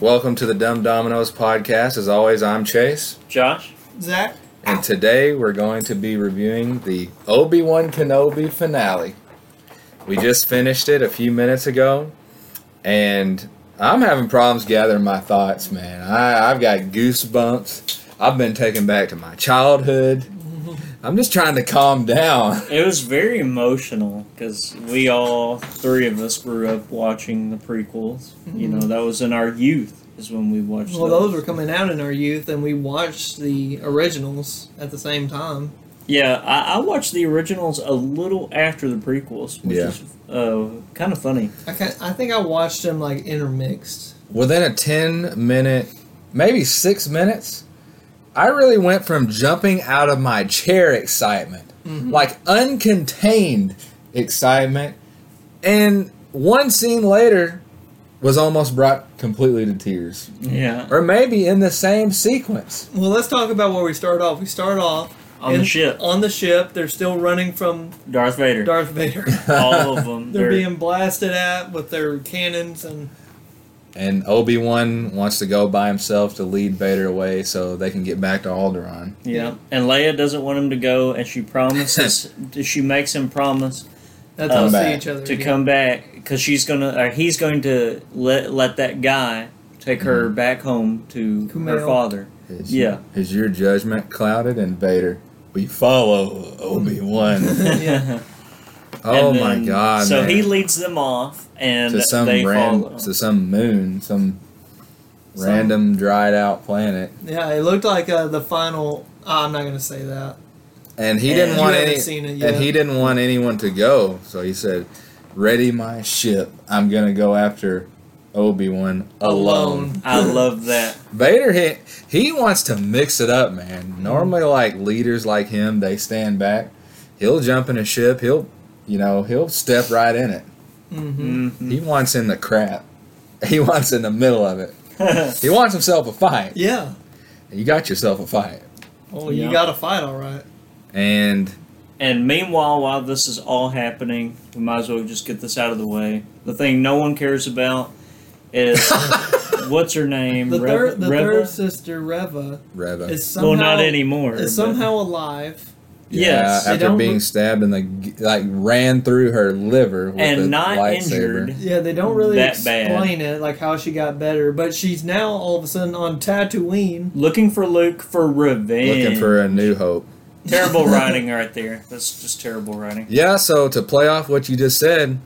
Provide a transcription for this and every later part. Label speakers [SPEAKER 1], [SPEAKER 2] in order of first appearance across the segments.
[SPEAKER 1] Welcome to the Dumb Dominoes podcast. As always, I'm Chase,
[SPEAKER 2] Josh?
[SPEAKER 3] Zach?
[SPEAKER 1] and today we're going to be reviewing the Obi Wan Kenobi finale. We just finished it a few minutes ago, and I'm having problems gathering my thoughts, man. I, I've got goosebumps. I've been taken back to my childhood. I'm just trying to calm down.
[SPEAKER 2] It was very emotional because we all three of us grew up watching the prequels. You know, that was in our youth is when we watched.
[SPEAKER 3] Mm-hmm. Well, those were coming out in our youth, and we watched the originals at the same time.
[SPEAKER 2] Yeah, I, I watched the originals a little after the prequels, which
[SPEAKER 1] Yeah.
[SPEAKER 2] is uh, kind of funny.
[SPEAKER 3] I can I think I watched them like intermixed.
[SPEAKER 1] within a 10 minute, maybe six minutes, I really went from jumping out of my chair excitement, like uncontained excitement, and one scene later was almost brought completely to tears.
[SPEAKER 3] Mm-hmm.
[SPEAKER 2] Yeah,
[SPEAKER 1] Or maybe in the same sequence.
[SPEAKER 3] Well, let's talk about where we start off. We start off
[SPEAKER 2] on
[SPEAKER 3] in-
[SPEAKER 2] the ship,
[SPEAKER 3] On the ship, they're still running from
[SPEAKER 2] Darth Vader,
[SPEAKER 3] Darth Vader.
[SPEAKER 2] all of them.
[SPEAKER 3] they're
[SPEAKER 2] they're-
[SPEAKER 3] being blasted at with their cannons, and
[SPEAKER 1] And Obi Wan wants to go by himself to lead Vader away so they can get back to Alderaan.
[SPEAKER 2] yeah, and Leia doesn't want him to go, and she promises. she makes him promise
[SPEAKER 3] that's how
[SPEAKER 2] Come
[SPEAKER 3] they see
[SPEAKER 1] back.
[SPEAKER 3] each other.
[SPEAKER 2] Oh, to
[SPEAKER 3] again.
[SPEAKER 2] come back because she's gonna or he's going to let let that guy take her
[SPEAKER 1] Mm-hmm.
[SPEAKER 2] back home to her
[SPEAKER 3] Kumail.
[SPEAKER 2] father.
[SPEAKER 1] Is,
[SPEAKER 2] Yeah.
[SPEAKER 1] Is your judgment clouded? And Vader, we follow Obi Wan.
[SPEAKER 3] Yeah.
[SPEAKER 1] Oh
[SPEAKER 2] And
[SPEAKER 1] my
[SPEAKER 2] then-
[SPEAKER 1] god.
[SPEAKER 2] So
[SPEAKER 1] man.
[SPEAKER 2] he leads them off, and
[SPEAKER 1] to some
[SPEAKER 2] they
[SPEAKER 1] random
[SPEAKER 2] follow.
[SPEAKER 1] to some moon, some,
[SPEAKER 3] Some-
[SPEAKER 1] random dried out planet.
[SPEAKER 3] yeah, it looked like uh, the final. ah, I'm not gonna say that.
[SPEAKER 1] And he
[SPEAKER 2] And
[SPEAKER 1] didn't
[SPEAKER 2] you
[SPEAKER 1] want
[SPEAKER 3] haven't
[SPEAKER 1] any
[SPEAKER 3] seen it
[SPEAKER 1] and
[SPEAKER 3] yet.
[SPEAKER 1] he didn't want anyone to go. So he said, "Ready my ship. I'm going to go after Obi-Wan alone."
[SPEAKER 2] I love that.
[SPEAKER 1] Vader he, he wants to mix it up, man. Normally like leaders like him, they stand back. He'll jump in a ship, he'll you know, he'll step right in it.
[SPEAKER 3] hmm
[SPEAKER 2] Mhm.
[SPEAKER 1] He wants in the crap. He wants in the middle of it. He wants himself a fight.
[SPEAKER 3] Yeah.
[SPEAKER 1] You got yourself a fight.
[SPEAKER 3] Well,
[SPEAKER 2] Yeah.
[SPEAKER 3] you got to fight, all right.
[SPEAKER 1] And
[SPEAKER 2] and meanwhile, while this is all happening, we might as well just get this out of the way. The thing no one cares about is what's her name?
[SPEAKER 3] The
[SPEAKER 2] Reva-
[SPEAKER 3] third, the
[SPEAKER 2] Reva?
[SPEAKER 3] third sister Reva
[SPEAKER 1] Reva.
[SPEAKER 3] is somehow
[SPEAKER 2] Well, not anymore. but-
[SPEAKER 3] is somehow alive.
[SPEAKER 2] yes,
[SPEAKER 1] Yeah,
[SPEAKER 3] they
[SPEAKER 1] after
[SPEAKER 3] don't
[SPEAKER 1] being
[SPEAKER 3] re-
[SPEAKER 1] stabbed and like like ran through her liver with
[SPEAKER 2] And
[SPEAKER 1] a
[SPEAKER 2] not
[SPEAKER 1] lightsaber.
[SPEAKER 2] injured.
[SPEAKER 3] Yeah, they don't really
[SPEAKER 2] That bad.
[SPEAKER 3] explain it, like how she got better, but she's now all of a sudden on Tatooine.
[SPEAKER 2] Looking for Luke for revenge.
[SPEAKER 1] Looking for a new hope.
[SPEAKER 2] terrible writing right there. That's just terrible writing.
[SPEAKER 1] Yeah, so to play off what you just said,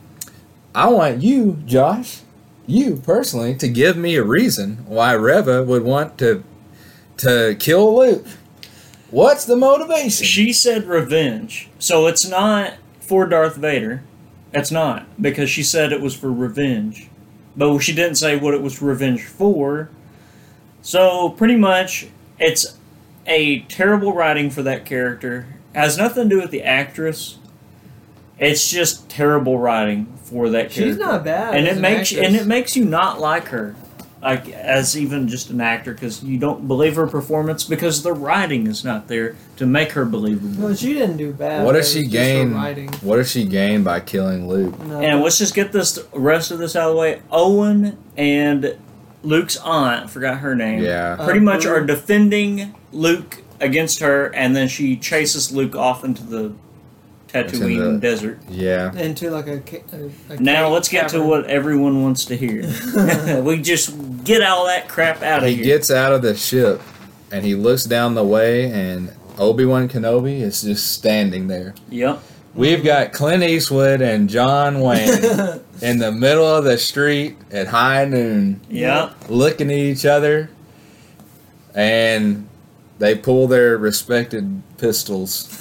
[SPEAKER 1] I want you, Josh, you personally, to give me a reason why Reva would want to to kill Luke. What's the motivation?
[SPEAKER 2] She said revenge, so it's not for Darth Vader. It's not because she said it was for revenge, but she didn't say what it was revenge for. So pretty much, it's a terrible writing for that character. Has nothing to do with the actress. It's just terrible writing for that character.
[SPEAKER 3] She's not bad.
[SPEAKER 2] and
[SPEAKER 3] as
[SPEAKER 2] it
[SPEAKER 3] an
[SPEAKER 2] makes
[SPEAKER 3] actress.
[SPEAKER 2] and it makes you not like her like as even just an actor because you don't believe her performance because the writing is not there to make her believable
[SPEAKER 3] No, she didn't do bad.
[SPEAKER 1] what
[SPEAKER 3] It
[SPEAKER 1] does
[SPEAKER 3] was
[SPEAKER 1] she
[SPEAKER 3] uh, just her
[SPEAKER 1] gain?
[SPEAKER 3] writing.
[SPEAKER 1] What does she gain by killing Luke?
[SPEAKER 3] No.
[SPEAKER 2] and let's just get this rest of this out of the way owen and luke's aunt I forgot her name
[SPEAKER 1] Yeah.
[SPEAKER 2] pretty
[SPEAKER 3] Uh,
[SPEAKER 2] much
[SPEAKER 3] Bru-
[SPEAKER 2] are defending luke against her and then she chases luke off into the
[SPEAKER 1] Into the-
[SPEAKER 2] Tatooine desert.
[SPEAKER 1] Yeah.
[SPEAKER 3] into like a, ca- a, a
[SPEAKER 2] Now
[SPEAKER 3] cave
[SPEAKER 2] let's get to
[SPEAKER 3] cavern.
[SPEAKER 2] what everyone wants to hear. we just get all that crap out of
[SPEAKER 1] he
[SPEAKER 2] here.
[SPEAKER 1] gets out of the ship and he looks down the way and obi-wan kenobi is just standing there
[SPEAKER 2] yep.
[SPEAKER 1] we've got clint eastwood and john wayne in the middle of the street at high noon
[SPEAKER 2] Yep.
[SPEAKER 1] looking at each other and they pull their respected pistols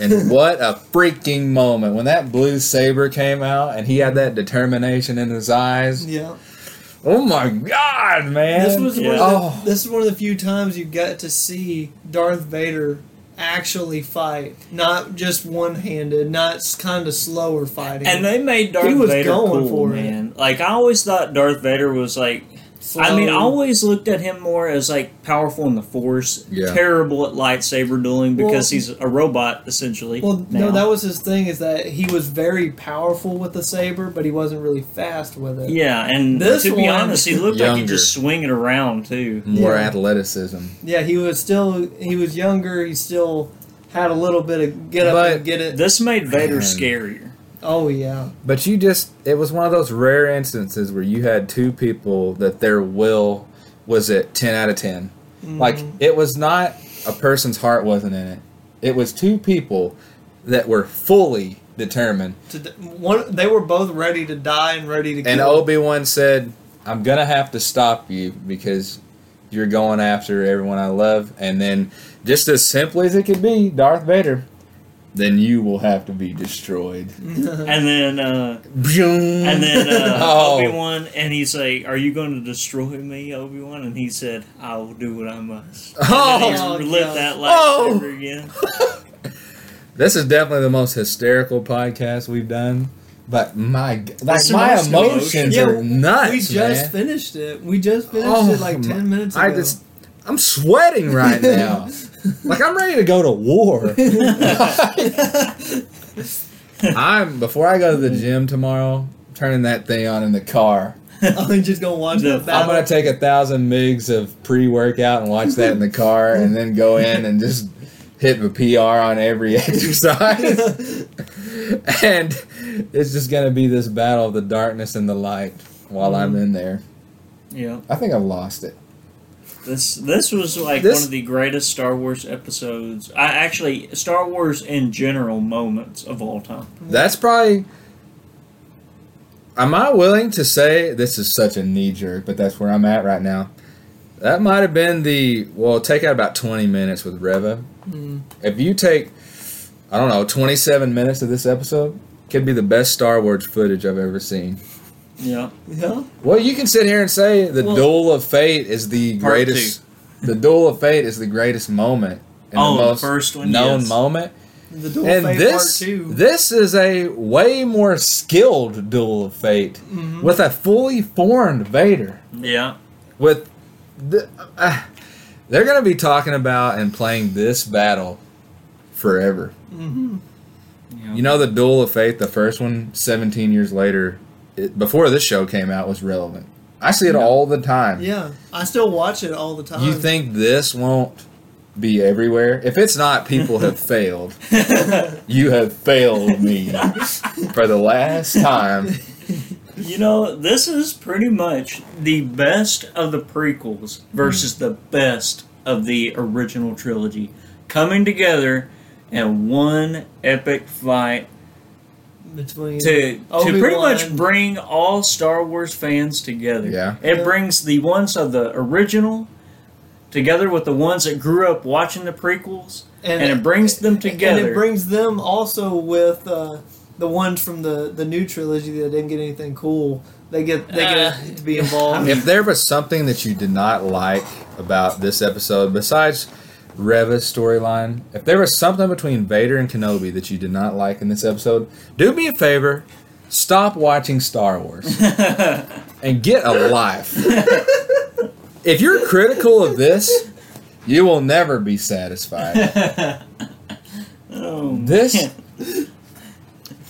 [SPEAKER 1] and what a freaking moment when that blue saber came out and he had that determination in his eyes
[SPEAKER 3] Yeah,
[SPEAKER 1] oh my god man
[SPEAKER 3] this was one
[SPEAKER 2] Yeah.
[SPEAKER 3] of
[SPEAKER 1] Oh.
[SPEAKER 3] the, this is one of the few times you got to see Darth Vader actually fight, not just one handed, not kind of slower fighting.
[SPEAKER 2] And they made Darth
[SPEAKER 3] was
[SPEAKER 2] Vader cool,
[SPEAKER 3] going for it.
[SPEAKER 2] man. Like I always thought Darth Vader was like I mean, I
[SPEAKER 3] Slow.
[SPEAKER 2] always looked at him more as like powerful in the Force,
[SPEAKER 1] Yeah.
[SPEAKER 2] terrible at lightsaber dueling because
[SPEAKER 3] Well-
[SPEAKER 2] he's a robot essentially.
[SPEAKER 3] Well,
[SPEAKER 2] now.
[SPEAKER 3] no, that was his thing is that he was very powerful with the saber, but he wasn't really fast with it.
[SPEAKER 2] yeah, and
[SPEAKER 3] This
[SPEAKER 2] to be
[SPEAKER 3] one-
[SPEAKER 2] honest, he looked like he
[SPEAKER 1] Younger.
[SPEAKER 2] just swing it around too.
[SPEAKER 1] More
[SPEAKER 3] Yeah.
[SPEAKER 1] athleticism.
[SPEAKER 3] Yeah, he was still he was younger. He still had a little bit of get up
[SPEAKER 1] But-
[SPEAKER 3] and get it.
[SPEAKER 2] This made Vader
[SPEAKER 1] Man.
[SPEAKER 2] scarier.
[SPEAKER 3] Oh yeah,
[SPEAKER 1] But you just, it was one of those rare instances where you had two people that their will was at 10 out of 10. Like, it was not a person's heart wasn't in it. It was two people that were fully determined.
[SPEAKER 3] to, d- one they were both ready to die and ready to.
[SPEAKER 1] And
[SPEAKER 3] kill.
[SPEAKER 1] Obi Wan said, I'm going to have to stop you because you're going after everyone I love. And then, just as simply as it could be, Darth Vader, then you will have to be destroyed.
[SPEAKER 2] And then, uh,
[SPEAKER 1] And
[SPEAKER 2] and then uh,
[SPEAKER 1] oh,
[SPEAKER 2] Obi Wan, and he's like, "Are you going to destroy me, Obi Wan?" And he said, "I will do what I must."
[SPEAKER 1] Oh!
[SPEAKER 2] and then he lit
[SPEAKER 3] Oh,
[SPEAKER 2] that
[SPEAKER 1] God.
[SPEAKER 2] lightsaber again.
[SPEAKER 1] This is definitely the most hysterical podcast we've done. But my g- like
[SPEAKER 2] That's the
[SPEAKER 1] my
[SPEAKER 2] most
[SPEAKER 1] emotions
[SPEAKER 3] emotional.
[SPEAKER 1] are nuts,
[SPEAKER 3] we just
[SPEAKER 1] man.
[SPEAKER 3] finished it. We just finished
[SPEAKER 1] Oh,
[SPEAKER 3] it like
[SPEAKER 1] my-
[SPEAKER 3] ten minutes ago.
[SPEAKER 1] I just I'm sweating right now. like I'm ready to go to war. I'm before I go to the gym tomorrow, turning that thing on in the car.
[SPEAKER 3] I'm just gonna watch
[SPEAKER 2] The-
[SPEAKER 3] the,
[SPEAKER 1] I'm
[SPEAKER 3] battle.
[SPEAKER 1] gonna take a thousand migs of pre-workout and watch that in the car, and then go in and just hit the PR on every exercise. and it's just gonna be this battle of the darkness and the light while I'm in there.
[SPEAKER 2] Yeah,
[SPEAKER 1] I think I've lost it.
[SPEAKER 2] this this was like
[SPEAKER 1] This-
[SPEAKER 2] one of the greatest Star Wars episodes. I actually Star Wars in general moments of all time.
[SPEAKER 1] That's probably. Am I willing to say this is such a knee jerk, but that's where I'm at right now. That might have been the well, take out about 20 minutes with Reva.
[SPEAKER 2] Mm.
[SPEAKER 1] If you take, I don't know, 27 minutes of this episode, could be the best Star Wars footage I've ever seen.
[SPEAKER 2] Yeah,
[SPEAKER 3] yeah,
[SPEAKER 1] Well, you can sit here and say the
[SPEAKER 3] Well-
[SPEAKER 1] Duel of Fate is the
[SPEAKER 2] Part
[SPEAKER 1] greatest. The Duel of Fate is the greatest moment. And
[SPEAKER 2] Oh,
[SPEAKER 1] the
[SPEAKER 2] the
[SPEAKER 1] most
[SPEAKER 2] first one,
[SPEAKER 1] known
[SPEAKER 2] yes.
[SPEAKER 1] moment
[SPEAKER 3] the dual
[SPEAKER 1] and
[SPEAKER 3] fate
[SPEAKER 1] this
[SPEAKER 3] part two.
[SPEAKER 1] this is a way more skilled duel of fate
[SPEAKER 3] Mm-hmm.
[SPEAKER 1] with a fully formed Vader.
[SPEAKER 2] yeah.
[SPEAKER 1] With the, uh, they're going to be talking about and playing this battle forever.
[SPEAKER 2] Yeah.
[SPEAKER 1] You know the duel of fate, the first one, 17 years later, it, before this show came out, was relevant. I see it
[SPEAKER 2] Yeah.
[SPEAKER 1] all the time.
[SPEAKER 3] yeah, I still watch it all the time.
[SPEAKER 1] You think this won't be everywhere? If it's not, people have failed. you have failed me for the last time.
[SPEAKER 2] You know, this is pretty much the best of the prequels versus the best of the original trilogy coming together in one epic fight
[SPEAKER 3] between
[SPEAKER 2] to to pretty
[SPEAKER 3] Obi-Wan.
[SPEAKER 2] much bring all Star Wars fans together.
[SPEAKER 1] Yeah.
[SPEAKER 2] It
[SPEAKER 3] Yeah.
[SPEAKER 2] brings the ones of the original together with the ones that grew up watching the prequels and, it brings them together.
[SPEAKER 3] And it brings them also with uh, the ones from the, the new trilogy that didn't get anything cool. They get they get
[SPEAKER 2] Uh,
[SPEAKER 3] to be involved.
[SPEAKER 1] Um, If there was something that you did not like about this episode, besides Reva's storyline, if there was something between Vader and Kenobi that you did not like in this episode, do me a favor, stop watching Star Wars and get a life. if you're critical of this, you will never be satisfied.
[SPEAKER 2] Oh,
[SPEAKER 1] This
[SPEAKER 2] man.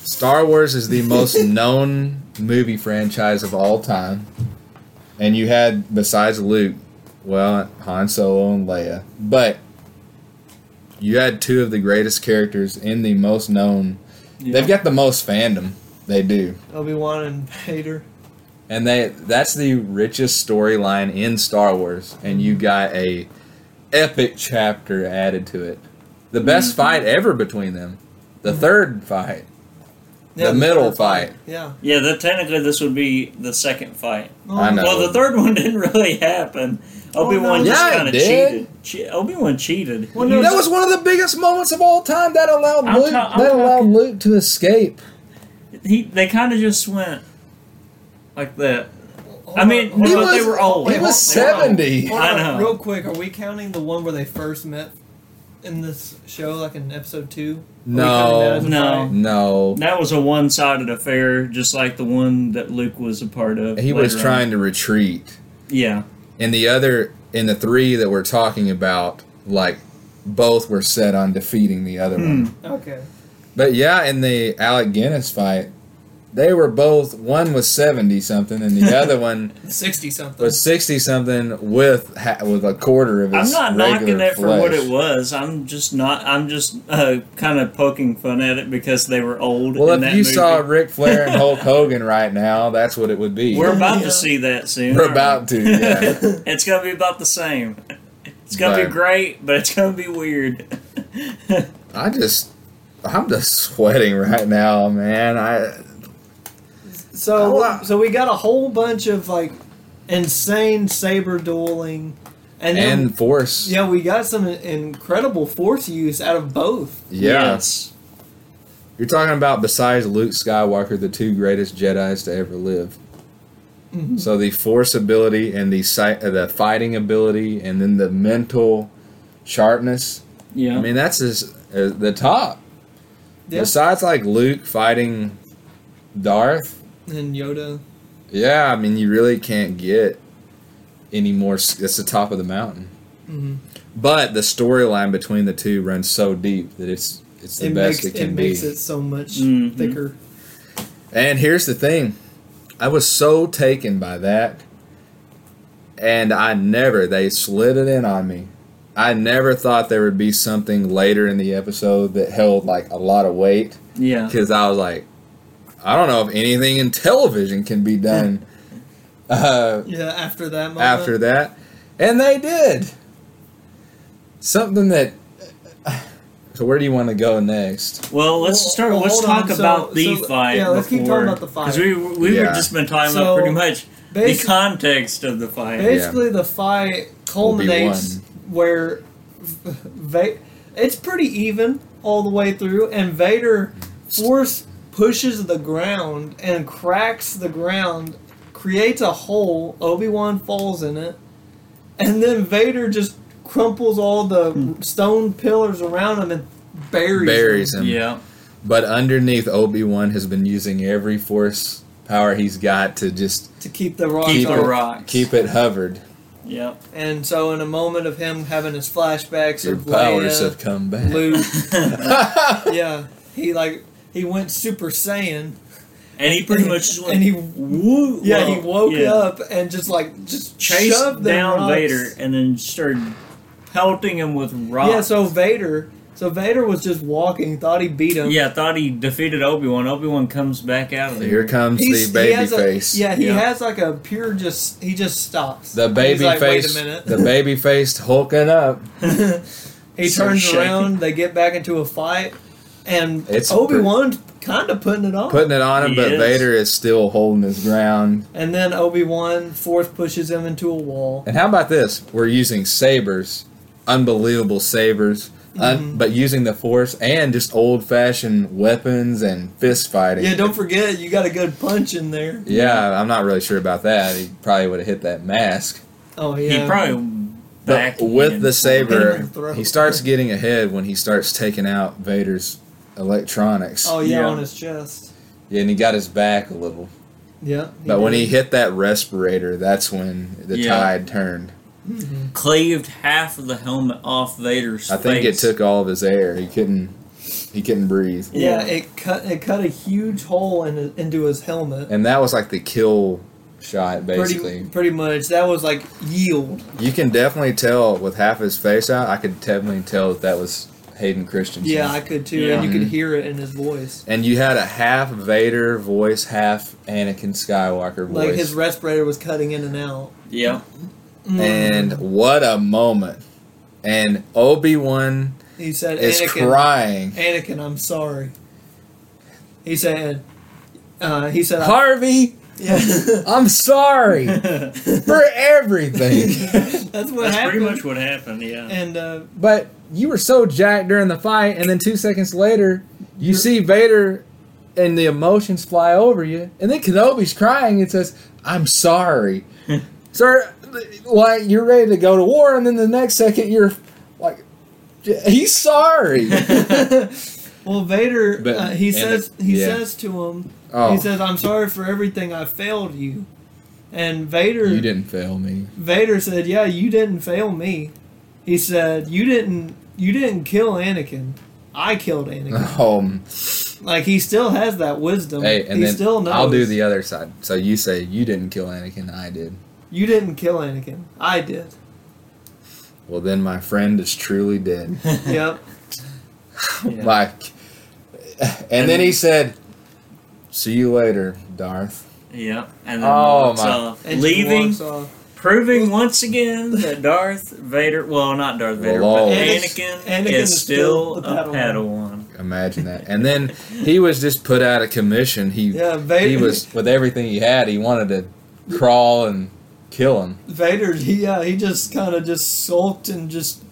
[SPEAKER 1] Star Wars is the most known movie franchise of all time. And you had, besides Luke, well, Han Solo and Leia, but you had two of the greatest characters in the most known. They've got the most fandom. They do.
[SPEAKER 3] Obi Wan and Vader.
[SPEAKER 1] And they that's the richest storyline in Star Wars. And you got a epic chapter added to it. The best fight ever between them. The third fight. The middle fight.
[SPEAKER 3] Yeah.
[SPEAKER 2] Yeah, that technically this would be the second fight.
[SPEAKER 3] Oh,
[SPEAKER 1] I know.
[SPEAKER 2] Well, the third one didn't really happen.
[SPEAKER 3] Oh,
[SPEAKER 2] Obi Wan
[SPEAKER 3] no.
[SPEAKER 2] just
[SPEAKER 1] Yeah, it
[SPEAKER 2] kind of
[SPEAKER 1] did.
[SPEAKER 2] cheated. Che- Obi Wan cheated.
[SPEAKER 3] Well, no,
[SPEAKER 1] That was one of the biggest moments of all time. That allowed
[SPEAKER 2] I'm
[SPEAKER 1] Luke.
[SPEAKER 2] ta- I'm
[SPEAKER 1] that allowed
[SPEAKER 2] talking-
[SPEAKER 1] Luke to escape.
[SPEAKER 2] he, they kind of just went like that.
[SPEAKER 3] Hold
[SPEAKER 2] I
[SPEAKER 3] on,
[SPEAKER 2] mean,
[SPEAKER 3] hold
[SPEAKER 2] no,
[SPEAKER 1] He
[SPEAKER 3] on.
[SPEAKER 2] but they
[SPEAKER 1] was-
[SPEAKER 2] were old.
[SPEAKER 1] he
[SPEAKER 2] They
[SPEAKER 1] was
[SPEAKER 2] were old.
[SPEAKER 1] 70.
[SPEAKER 3] Hold
[SPEAKER 2] I
[SPEAKER 3] on,
[SPEAKER 2] know.
[SPEAKER 3] Real quick, are we counting the one where they first met in this show, like in episode two? Are we
[SPEAKER 1] No.
[SPEAKER 3] counting that as a
[SPEAKER 2] No.
[SPEAKER 3] fight?
[SPEAKER 1] No,
[SPEAKER 2] That was a one-sided affair, just like the one that Luke was a part of.
[SPEAKER 1] he
[SPEAKER 2] later
[SPEAKER 1] was
[SPEAKER 2] on.
[SPEAKER 1] trying to retreat.
[SPEAKER 2] Yeah.
[SPEAKER 1] In the other, in the three that we're talking about, like both were set on defeating the other
[SPEAKER 2] Hmm.
[SPEAKER 1] one.
[SPEAKER 3] Okay.
[SPEAKER 1] But yeah, in the Alec Guinness fight, they were both one was seventy something, and the other one
[SPEAKER 3] 60 something.
[SPEAKER 1] was sixty something with ha- with a quarter of
[SPEAKER 2] I'm
[SPEAKER 1] his.
[SPEAKER 2] not
[SPEAKER 1] regular
[SPEAKER 2] knocking it for
[SPEAKER 1] flesh.
[SPEAKER 2] what it was. I'm just not. I'm just uh, kind of poking fun at it because they were old.
[SPEAKER 1] Well,
[SPEAKER 2] in
[SPEAKER 1] if
[SPEAKER 2] that
[SPEAKER 1] you
[SPEAKER 2] movie.
[SPEAKER 1] saw Ric Flair and Hulk Hogan right now, that's what it would be.
[SPEAKER 2] we're about
[SPEAKER 3] Yeah.
[SPEAKER 2] to see that soon.
[SPEAKER 1] We're
[SPEAKER 2] aren't we?
[SPEAKER 1] about to, yeah.
[SPEAKER 2] it's gonna be about the same. It's gonna
[SPEAKER 1] Right.
[SPEAKER 2] be great, but it's gonna be weird.
[SPEAKER 1] I just, I'm just sweating right now, man. I
[SPEAKER 3] So,
[SPEAKER 1] Oh, wow.
[SPEAKER 3] so we got a whole bunch of like insane saber dueling, and then,
[SPEAKER 1] and force.
[SPEAKER 3] yeah, we got some incredible force use out of both.
[SPEAKER 1] yeah.
[SPEAKER 2] Yes.
[SPEAKER 1] You're talking about besides Luke Skywalker, the two greatest Jedi's to ever live.
[SPEAKER 3] Mhm.
[SPEAKER 1] So the force ability and the si- uh, the fighting ability, and then the mental sharpness.
[SPEAKER 2] Yeah.
[SPEAKER 1] I mean, that's just, uh, the top.
[SPEAKER 3] Yeah.
[SPEAKER 1] Besides, like Luke fighting Darth.
[SPEAKER 3] And Yoda.
[SPEAKER 1] Yeah, I mean, you really can't get any more. s- It's the top of the mountain.
[SPEAKER 3] Mhm.
[SPEAKER 1] But the storyline between the two runs so deep that it's it's the
[SPEAKER 3] it
[SPEAKER 1] best
[SPEAKER 3] makes
[SPEAKER 1] it can be.
[SPEAKER 3] makes it so much
[SPEAKER 2] Mhm.
[SPEAKER 3] thicker.
[SPEAKER 1] And here's the thing, I was so taken by that, and I never they slid it in on me. I never thought there would be something later in the episode that held like a lot of weight
[SPEAKER 2] yeah.
[SPEAKER 1] because I was like, I don't know if anything in television can be done. uh,
[SPEAKER 3] Yeah, after that moment.
[SPEAKER 1] after that, and they did something that. So where do you want to go next?
[SPEAKER 2] Well, let's
[SPEAKER 3] Well,
[SPEAKER 2] start.
[SPEAKER 3] well,
[SPEAKER 2] let's
[SPEAKER 3] hold
[SPEAKER 2] talk
[SPEAKER 3] on. So-
[SPEAKER 2] about the
[SPEAKER 3] so,
[SPEAKER 2] fight.
[SPEAKER 3] yeah, let's keep talking about the fight.
[SPEAKER 2] Because we we
[SPEAKER 1] Yeah.
[SPEAKER 2] have just been talking
[SPEAKER 3] So,
[SPEAKER 2] about pretty much the
[SPEAKER 3] Basically,
[SPEAKER 2] context of the fight.
[SPEAKER 3] basically the fight
[SPEAKER 1] Will be
[SPEAKER 3] culminates
[SPEAKER 1] one.
[SPEAKER 3] where Va- it's pretty even all the way through, and Vader force pushes the ground and cracks the ground, creates a hole. Obi Wan falls in it, and then Vader just crumples all the stone pillars around him and buries.
[SPEAKER 1] Buries
[SPEAKER 3] him.
[SPEAKER 1] him.
[SPEAKER 2] yeah.
[SPEAKER 1] But underneath, Obi Wan has been using every force power he's got to just
[SPEAKER 3] to keep the rocks
[SPEAKER 2] Keep
[SPEAKER 1] keep
[SPEAKER 2] the
[SPEAKER 1] it,
[SPEAKER 3] on.
[SPEAKER 2] rocks.
[SPEAKER 1] keep it hovered.
[SPEAKER 2] Yeah.
[SPEAKER 3] And so, in a moment of him having his flashbacks
[SPEAKER 1] Your
[SPEAKER 3] of
[SPEAKER 1] powers
[SPEAKER 3] Leia,
[SPEAKER 1] have come back.
[SPEAKER 3] Luke,
[SPEAKER 1] yeah,
[SPEAKER 3] yeah, he like he went Super Saiyan,
[SPEAKER 2] And he pretty much just went.
[SPEAKER 3] and he
[SPEAKER 2] woo,
[SPEAKER 3] yeah he
[SPEAKER 2] well,
[SPEAKER 3] woke
[SPEAKER 2] yeah.
[SPEAKER 3] up and just like just
[SPEAKER 2] chased
[SPEAKER 3] shoved them
[SPEAKER 2] down
[SPEAKER 3] rocks.
[SPEAKER 2] Vader and then started pelting him with rocks.
[SPEAKER 3] Yeah, so Vader, so Vader was just walking, thought he beat him.
[SPEAKER 2] yeah, I thought he defeated Obi Wan. Obi Wan comes back out of there.
[SPEAKER 1] Here comes
[SPEAKER 3] He's-
[SPEAKER 1] the
[SPEAKER 3] he
[SPEAKER 1] baby
[SPEAKER 3] has a-
[SPEAKER 1] face.
[SPEAKER 3] yeah, he
[SPEAKER 2] Yeah.
[SPEAKER 3] has like a pure just he just stops.
[SPEAKER 1] The
[SPEAKER 3] He's
[SPEAKER 1] baby
[SPEAKER 3] like,
[SPEAKER 1] face,
[SPEAKER 3] Wait a minute.
[SPEAKER 1] the baby faced hulking up.
[SPEAKER 3] He
[SPEAKER 2] So
[SPEAKER 3] turns
[SPEAKER 2] shaky.
[SPEAKER 3] around. They get back into a fight, and
[SPEAKER 1] It's
[SPEAKER 3] Obi Wan's kind of putting it on.
[SPEAKER 1] putting it on him,
[SPEAKER 2] He
[SPEAKER 1] but
[SPEAKER 2] is.
[SPEAKER 1] Vader is still holding his ground.
[SPEAKER 3] and then Obi Wan force pushes him into a wall.
[SPEAKER 1] And how about this? We're using sabers, unbelievable sabers,
[SPEAKER 3] Mm-hmm.
[SPEAKER 1] un- but using the force and just old fashioned weapons and fist fighting.
[SPEAKER 3] Yeah, don't forget you got a good punch in there.
[SPEAKER 1] Yeah, I'm not really sure about that. He probably would have hit that mask.
[SPEAKER 3] Oh yeah,
[SPEAKER 2] He probably
[SPEAKER 1] But
[SPEAKER 2] back
[SPEAKER 1] with
[SPEAKER 2] in.
[SPEAKER 1] the saber,
[SPEAKER 3] Hammer throw.
[SPEAKER 1] he starts getting ahead when he starts taking out Vader's electronics.
[SPEAKER 3] Oh yeah,
[SPEAKER 2] Yeah.
[SPEAKER 3] on his chest.
[SPEAKER 1] Yeah, and he got his back a little.
[SPEAKER 3] Yeah.
[SPEAKER 1] But when he hit that respirator, that's when the
[SPEAKER 2] Yeah.
[SPEAKER 1] tide turned.
[SPEAKER 3] Mm-hmm.
[SPEAKER 2] claved half of the helmet off Vader's
[SPEAKER 1] I think
[SPEAKER 2] face.
[SPEAKER 1] it took all of his air. He couldn't he couldn't breathe.
[SPEAKER 3] yeah,
[SPEAKER 2] Yeah.
[SPEAKER 3] it cut it cut a huge hole in into his helmet.
[SPEAKER 1] And that was like the kill shot basically.
[SPEAKER 3] Pretty pretty much that was like yield.
[SPEAKER 1] You can definitely tell with half his face out, I could definitely tell that that was Hayden Christensen.
[SPEAKER 3] Yeah, I could too,
[SPEAKER 2] Yeah.
[SPEAKER 3] and you
[SPEAKER 1] Mm-hmm.
[SPEAKER 3] could hear it in his voice.
[SPEAKER 1] and you had a half Vader voice, half Anakin Skywalker voice.
[SPEAKER 3] Like his respirator was cutting in and out. Mm-hmm.
[SPEAKER 2] Yeah.
[SPEAKER 1] and what a moment! And Obi Wan
[SPEAKER 3] He said,
[SPEAKER 1] is
[SPEAKER 3] "Anakin,
[SPEAKER 1] crying.
[SPEAKER 3] Anakin, I'm sorry." He said, uh, "He said, I-
[SPEAKER 1] Harvey,
[SPEAKER 3] yeah,
[SPEAKER 1] I'm sorry
[SPEAKER 2] That's
[SPEAKER 1] for everything,
[SPEAKER 3] that's
[SPEAKER 2] pretty
[SPEAKER 3] what happened."
[SPEAKER 2] much what happened, yeah.
[SPEAKER 3] and uh,
[SPEAKER 1] but you were so jacked during the fight, and then two seconds later, you see Vader." And the emotions fly over you, and then Kenobi's crying and says, "I'm sorry, sir." Like you're ready to go to war, and then the next second you're like, "He's sorry."
[SPEAKER 3] well, Vader,
[SPEAKER 1] But-
[SPEAKER 3] uh, he
[SPEAKER 1] and
[SPEAKER 3] says
[SPEAKER 1] it-
[SPEAKER 3] he
[SPEAKER 1] yeah.
[SPEAKER 3] says to him,
[SPEAKER 1] Oh,
[SPEAKER 3] He says, I'm sorry for everything. I failed you. and Vader
[SPEAKER 1] You didn't fail me.
[SPEAKER 3] Vader said, "Yeah, you didn't fail me." He said, "You didn't you didn't kill Anakin. I killed Anakin."
[SPEAKER 1] Um,
[SPEAKER 3] like he still has that wisdom.
[SPEAKER 1] hey, and
[SPEAKER 3] he
[SPEAKER 1] then
[SPEAKER 3] still knows.
[SPEAKER 1] I'll do the other side. So you say you didn't kill Anakin, I did.
[SPEAKER 3] You didn't kill Anakin. I did.
[SPEAKER 1] Well, then my friend is truly dead.
[SPEAKER 3] yep.
[SPEAKER 2] Yeah.
[SPEAKER 1] Like, and then he said, "See you later, Darth."
[SPEAKER 2] Yeah, and then
[SPEAKER 1] Oh,
[SPEAKER 2] walks
[SPEAKER 1] my-
[SPEAKER 2] off,
[SPEAKER 3] And she
[SPEAKER 2] leaving,
[SPEAKER 3] walks off.
[SPEAKER 2] proving once again that Darth Vader, well, not Darth Vader,
[SPEAKER 1] Lol.
[SPEAKER 2] but
[SPEAKER 3] Anakin-
[SPEAKER 2] Anakin,
[SPEAKER 3] Anakin
[SPEAKER 2] is
[SPEAKER 3] is
[SPEAKER 2] still
[SPEAKER 3] still
[SPEAKER 2] a
[SPEAKER 3] the Padawan.
[SPEAKER 2] Padawan.
[SPEAKER 1] Imagine that. And then he was just put out of commission. He
[SPEAKER 3] Yeah, Vader.
[SPEAKER 1] he was with everything he had. He wanted to crawl and kill him.
[SPEAKER 3] Vader. He, yeah, he just kind of just sulked and just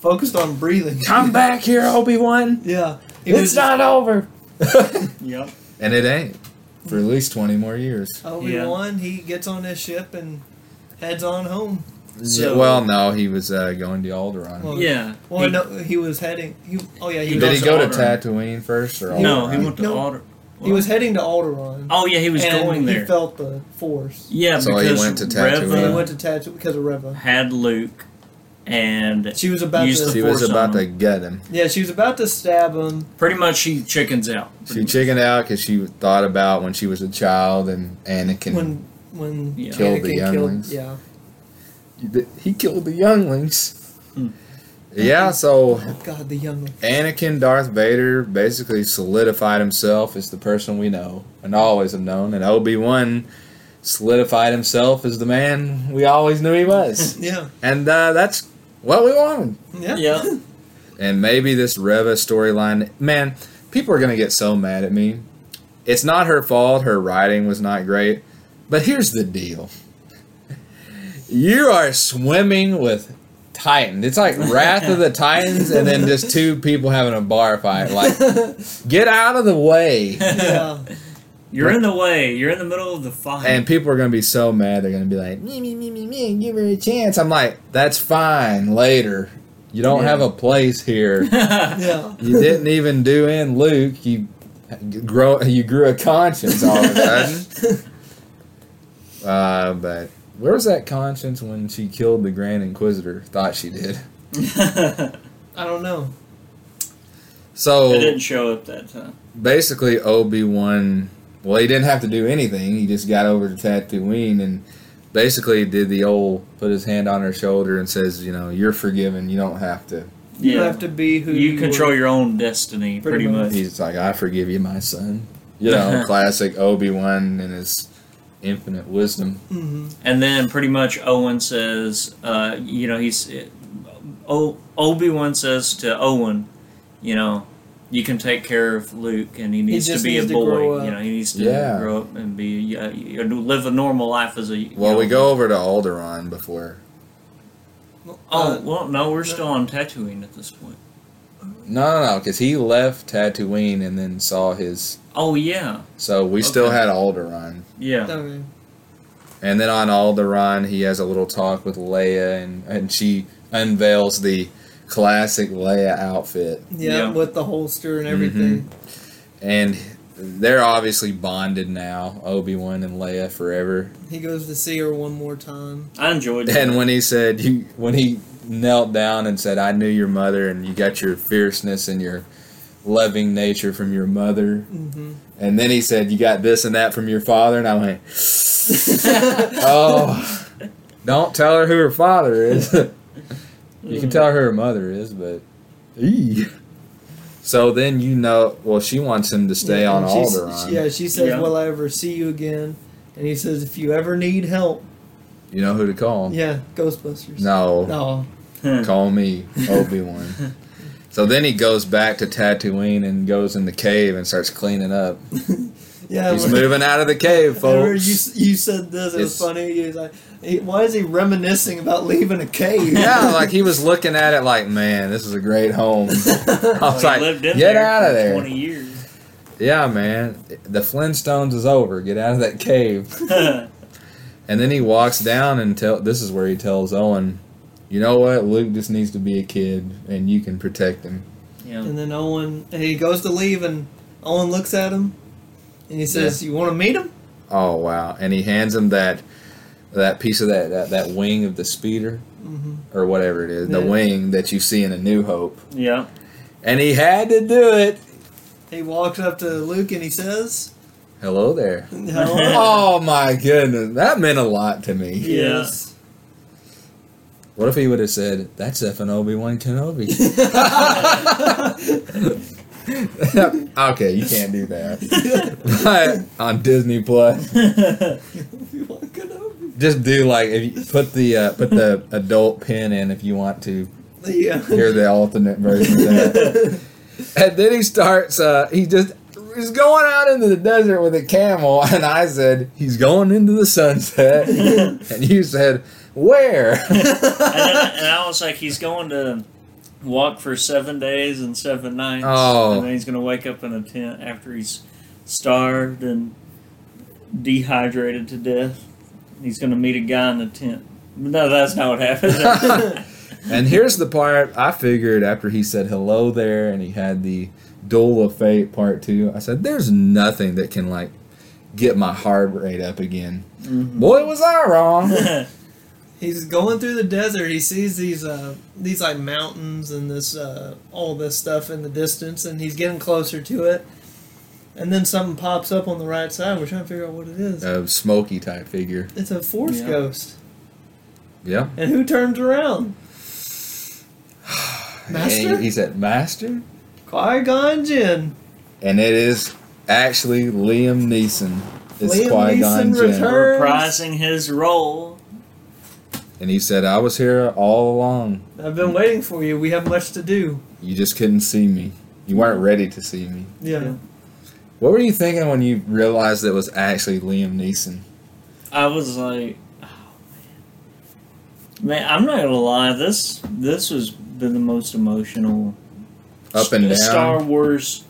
[SPEAKER 3] focused on breathing.
[SPEAKER 1] Come back here, Obi Wan.
[SPEAKER 3] Yeah. He was
[SPEAKER 1] It's not over.
[SPEAKER 2] Yep.
[SPEAKER 1] and it ain't for at least twenty more years.
[SPEAKER 3] Obi Wan. He gets on his ship and heads on home.
[SPEAKER 2] So-
[SPEAKER 1] well, no, he was uh, going to Alderaan.
[SPEAKER 3] Well,
[SPEAKER 2] Oh, Yeah.
[SPEAKER 3] Well,
[SPEAKER 2] he-
[SPEAKER 3] no, he was heading. He, oh yeah, he,
[SPEAKER 2] He
[SPEAKER 3] was.
[SPEAKER 1] Did he go to
[SPEAKER 2] Alderaan.
[SPEAKER 1] Tatooine first or Alderaan?
[SPEAKER 2] no, he went to
[SPEAKER 3] No.
[SPEAKER 2] Alder.
[SPEAKER 3] He was heading to Alderaan.
[SPEAKER 2] Oh yeah, he was
[SPEAKER 3] and
[SPEAKER 2] going
[SPEAKER 3] He
[SPEAKER 2] there.
[SPEAKER 3] felt the force.
[SPEAKER 2] Yeah,
[SPEAKER 1] So he
[SPEAKER 2] because
[SPEAKER 1] went to
[SPEAKER 3] So he
[SPEAKER 1] Tatooine.
[SPEAKER 2] Reva
[SPEAKER 3] went to Tatooine because of Reva.
[SPEAKER 2] had Luke, and
[SPEAKER 3] She was about
[SPEAKER 2] Used
[SPEAKER 3] to.
[SPEAKER 2] the
[SPEAKER 1] She was
[SPEAKER 2] Force
[SPEAKER 1] about
[SPEAKER 2] on
[SPEAKER 1] to get him.
[SPEAKER 3] yeah, she was about to stab him.
[SPEAKER 2] pretty much she chickens out.
[SPEAKER 1] She chickened out because she thought about when she was a child and Anakin.
[SPEAKER 3] when when
[SPEAKER 2] Yeah.
[SPEAKER 1] Killed the
[SPEAKER 3] Anakin
[SPEAKER 1] younglings.
[SPEAKER 3] Yeah,
[SPEAKER 1] that he killed the younglings.
[SPEAKER 2] Hmm.
[SPEAKER 1] Yeah, so
[SPEAKER 3] God, the younglings.
[SPEAKER 1] Anakin Darth Vader basically solidified himself as the person we know and always have known, and Obi Wan solidified himself as the man we always knew he was.
[SPEAKER 3] Yeah,
[SPEAKER 1] and uh, that's what we wanted.
[SPEAKER 3] yeah,
[SPEAKER 2] Yeah.
[SPEAKER 1] And maybe this Reva storyline, man, people are going to get so mad at me. It's not her fault, her writing was not great. But here's the deal you are swimming with Titan. It's like Wrath of the Titans and then just two people having a bar fight. Like, get out of the way.
[SPEAKER 3] yeah.
[SPEAKER 2] You're in the way. You're in the middle of the fight.
[SPEAKER 1] And people are going to be so mad. They're going to be like, me, me, me, me, me, give her a chance. I'm like, that's fine later. You don't
[SPEAKER 2] Yeah.
[SPEAKER 1] have a place here.
[SPEAKER 3] yeah.
[SPEAKER 1] You didn't even do in Luke. You grow. You grew a conscience all of a sudden. uh, but where was that conscience when she killed the Grand Inquisitor? Thought she did.
[SPEAKER 3] I don't know.
[SPEAKER 2] It
[SPEAKER 1] So
[SPEAKER 2] didn't show up that time.
[SPEAKER 1] basically, Obi Wan. Well, he didn't have to do anything. He just got over to Tatooine and basically did the old put his hand on her shoulder and says, "You know, you're forgiven. You don't have to."
[SPEAKER 3] You
[SPEAKER 2] Yeah.
[SPEAKER 3] have to be who
[SPEAKER 2] You control
[SPEAKER 3] were.
[SPEAKER 2] your own destiny,
[SPEAKER 3] Pretty
[SPEAKER 2] pretty, much.
[SPEAKER 1] He's like, I forgive you, my son. You know, classic Obi Wan and his infinite wisdom.
[SPEAKER 3] Mhm.
[SPEAKER 2] And then pretty much Owen says, uh, you know, he's o- Obi Wan says to Owen, you know, you can take care of Luke, and he needs
[SPEAKER 3] just
[SPEAKER 2] to be
[SPEAKER 3] needs
[SPEAKER 2] a
[SPEAKER 3] to grow
[SPEAKER 2] boy.
[SPEAKER 3] up.
[SPEAKER 2] You know, he needs to
[SPEAKER 1] Yeah.
[SPEAKER 2] grow up and be uh, you know, live a normal life as a. you
[SPEAKER 1] Well,
[SPEAKER 2] know-
[SPEAKER 1] we go over to Alderaan before.
[SPEAKER 2] Oh
[SPEAKER 3] Uh,
[SPEAKER 2] well, no, we're still on Tatooine at this point.
[SPEAKER 1] No, no, no, because he left Tatooine and then saw his.
[SPEAKER 2] Oh yeah,
[SPEAKER 1] So we still
[SPEAKER 2] Okay.
[SPEAKER 1] had Alderaan,
[SPEAKER 2] yeah,
[SPEAKER 3] okay.
[SPEAKER 1] and then on Alderaan he has a little talk with Leia, and and she unveils the classic Leia outfit,
[SPEAKER 3] yeah,
[SPEAKER 2] Yeah.
[SPEAKER 3] with the holster and everything.
[SPEAKER 1] and they're obviously bonded now, Obi Wan and Leia forever.
[SPEAKER 2] Mm-hmm.
[SPEAKER 3] He goes to see her one more time.
[SPEAKER 2] I enjoyed it.
[SPEAKER 1] And when he said you, when he knelt down and said, "I knew your mother, and you got your fierceness and your loving nature from your mother,"
[SPEAKER 3] hmm
[SPEAKER 1] and then he said, "You got this and that from your father," and I went, "Oh, don't tell her who her father is. you can tell her who her mother is, but." Eee. So then you know. Well, she wants him to stay on Alderaan.
[SPEAKER 3] Yeah, she says,
[SPEAKER 2] Yeah.
[SPEAKER 3] "Will I ever see you again?" And he says, "If you ever need help,
[SPEAKER 1] You know who to call?
[SPEAKER 3] yeah, Ghostbusters."
[SPEAKER 1] No.
[SPEAKER 3] No.
[SPEAKER 1] Call me Obi Wan. so then he goes back to Tatooine and goes in the cave and starts cleaning up.
[SPEAKER 3] Yeah.
[SPEAKER 1] He's
[SPEAKER 3] when-
[SPEAKER 1] moving out of the cave,
[SPEAKER 3] Remember
[SPEAKER 1] folks.
[SPEAKER 3] You, you said this. It was
[SPEAKER 1] It's-
[SPEAKER 3] funny. He was like, he- "Why is he reminiscing about leaving a cave?"
[SPEAKER 1] yeah, like he was looking at it like, man, this is a great home. I
[SPEAKER 2] Well,
[SPEAKER 1] was
[SPEAKER 2] he
[SPEAKER 1] like,
[SPEAKER 2] lived in
[SPEAKER 1] get
[SPEAKER 2] there
[SPEAKER 1] out of
[SPEAKER 2] for
[SPEAKER 1] there.
[SPEAKER 2] Twenty years.
[SPEAKER 1] Yeah, man. The Flintstones is over. Get out of that cave. And then he walks down and tell this is where he tells Owen, you know what? Luke just needs to be a kid and you can protect him.
[SPEAKER 2] yeah.
[SPEAKER 3] And then Owen, and he goes to leave, and Owen looks at him, and he says, "You want to meet him?"
[SPEAKER 1] Oh wow! And he hands him that that piece of that that, that wing of the speeder
[SPEAKER 3] hmm
[SPEAKER 1] or whatever it is, the
[SPEAKER 3] Yeah.
[SPEAKER 1] wing that you see in A New Hope,
[SPEAKER 2] Yeah.
[SPEAKER 1] and he had to do it.
[SPEAKER 3] He walks up to Luke and he says,
[SPEAKER 1] Hello there.
[SPEAKER 3] "Hello."
[SPEAKER 1] oh my goodness, that meant a lot to me.
[SPEAKER 3] yes.
[SPEAKER 1] What if he would have said, "That's effing Obi Wan Kenobi"? okay, you can't do that. but on Disney Plus,
[SPEAKER 3] You want Kenobi?
[SPEAKER 1] just do like if you put the uh, put the adult pin in if you want to
[SPEAKER 3] Yeah.
[SPEAKER 1] hear the alternate version of that. And then he starts. Uh, he just is going out into the desert with a camel, and I said he's going into the sunset, and you said where?
[SPEAKER 2] and, then, and I was like, he's going to walk for seven days and seven nights,
[SPEAKER 1] Oh.
[SPEAKER 2] and then he's going to wake up in a tent after he's starved and dehydrated to death. He's going to meet a guy in the tent. No, that's not what happened.
[SPEAKER 1] and here's the part I figured after he said hello there, and he had the Duel of Fate part two. I said there's nothing that can like get my heart rate up again.
[SPEAKER 3] Mm-hmm.
[SPEAKER 1] Boy, was I wrong.
[SPEAKER 3] He's going through the desert. He sees these uh these like mountains and this uh all this stuff in the distance, and he's getting closer to it. And then something pops up on the right side. We're trying to figure out what it is.
[SPEAKER 1] A smoky type figure.
[SPEAKER 3] It's a force
[SPEAKER 2] Yeah.
[SPEAKER 3] ghost.
[SPEAKER 1] Yeah.
[SPEAKER 3] And who turns around? Master?
[SPEAKER 1] And he said, Master?
[SPEAKER 3] Qui Gon Jinn.
[SPEAKER 1] and it is actually Liam Neeson. It's
[SPEAKER 3] Liam
[SPEAKER 1] Qui-Gon
[SPEAKER 3] Neeson
[SPEAKER 1] Jinn.
[SPEAKER 3] return-
[SPEAKER 2] Reprising his role.
[SPEAKER 1] And he said, I was here all along.
[SPEAKER 3] I've been waiting for you. We have much to do.
[SPEAKER 1] You just couldn't see me. You weren't ready to see me.
[SPEAKER 3] Yeah.
[SPEAKER 1] What were you thinking when you realized it was actually Liam Neeson?
[SPEAKER 2] I was like, oh, man. Man, I'm not gonna lie. This this has been the most emotional
[SPEAKER 1] Up and down.
[SPEAKER 2] S- Star Wars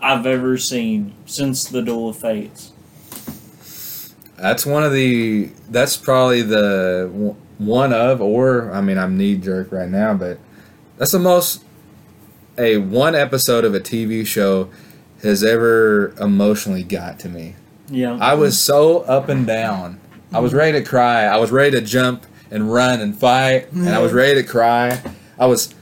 [SPEAKER 2] I've ever seen since the Duel of Fates.
[SPEAKER 1] That's one of the. That's probably the w- one of, or I mean, I'm knee jerk right now, but that's the most a one episode of a TV show has ever emotionally got to me.
[SPEAKER 2] Yeah,
[SPEAKER 1] I was so up and down. I was ready to cry. I was ready to jump and run and fight, and I was ready to cry. I was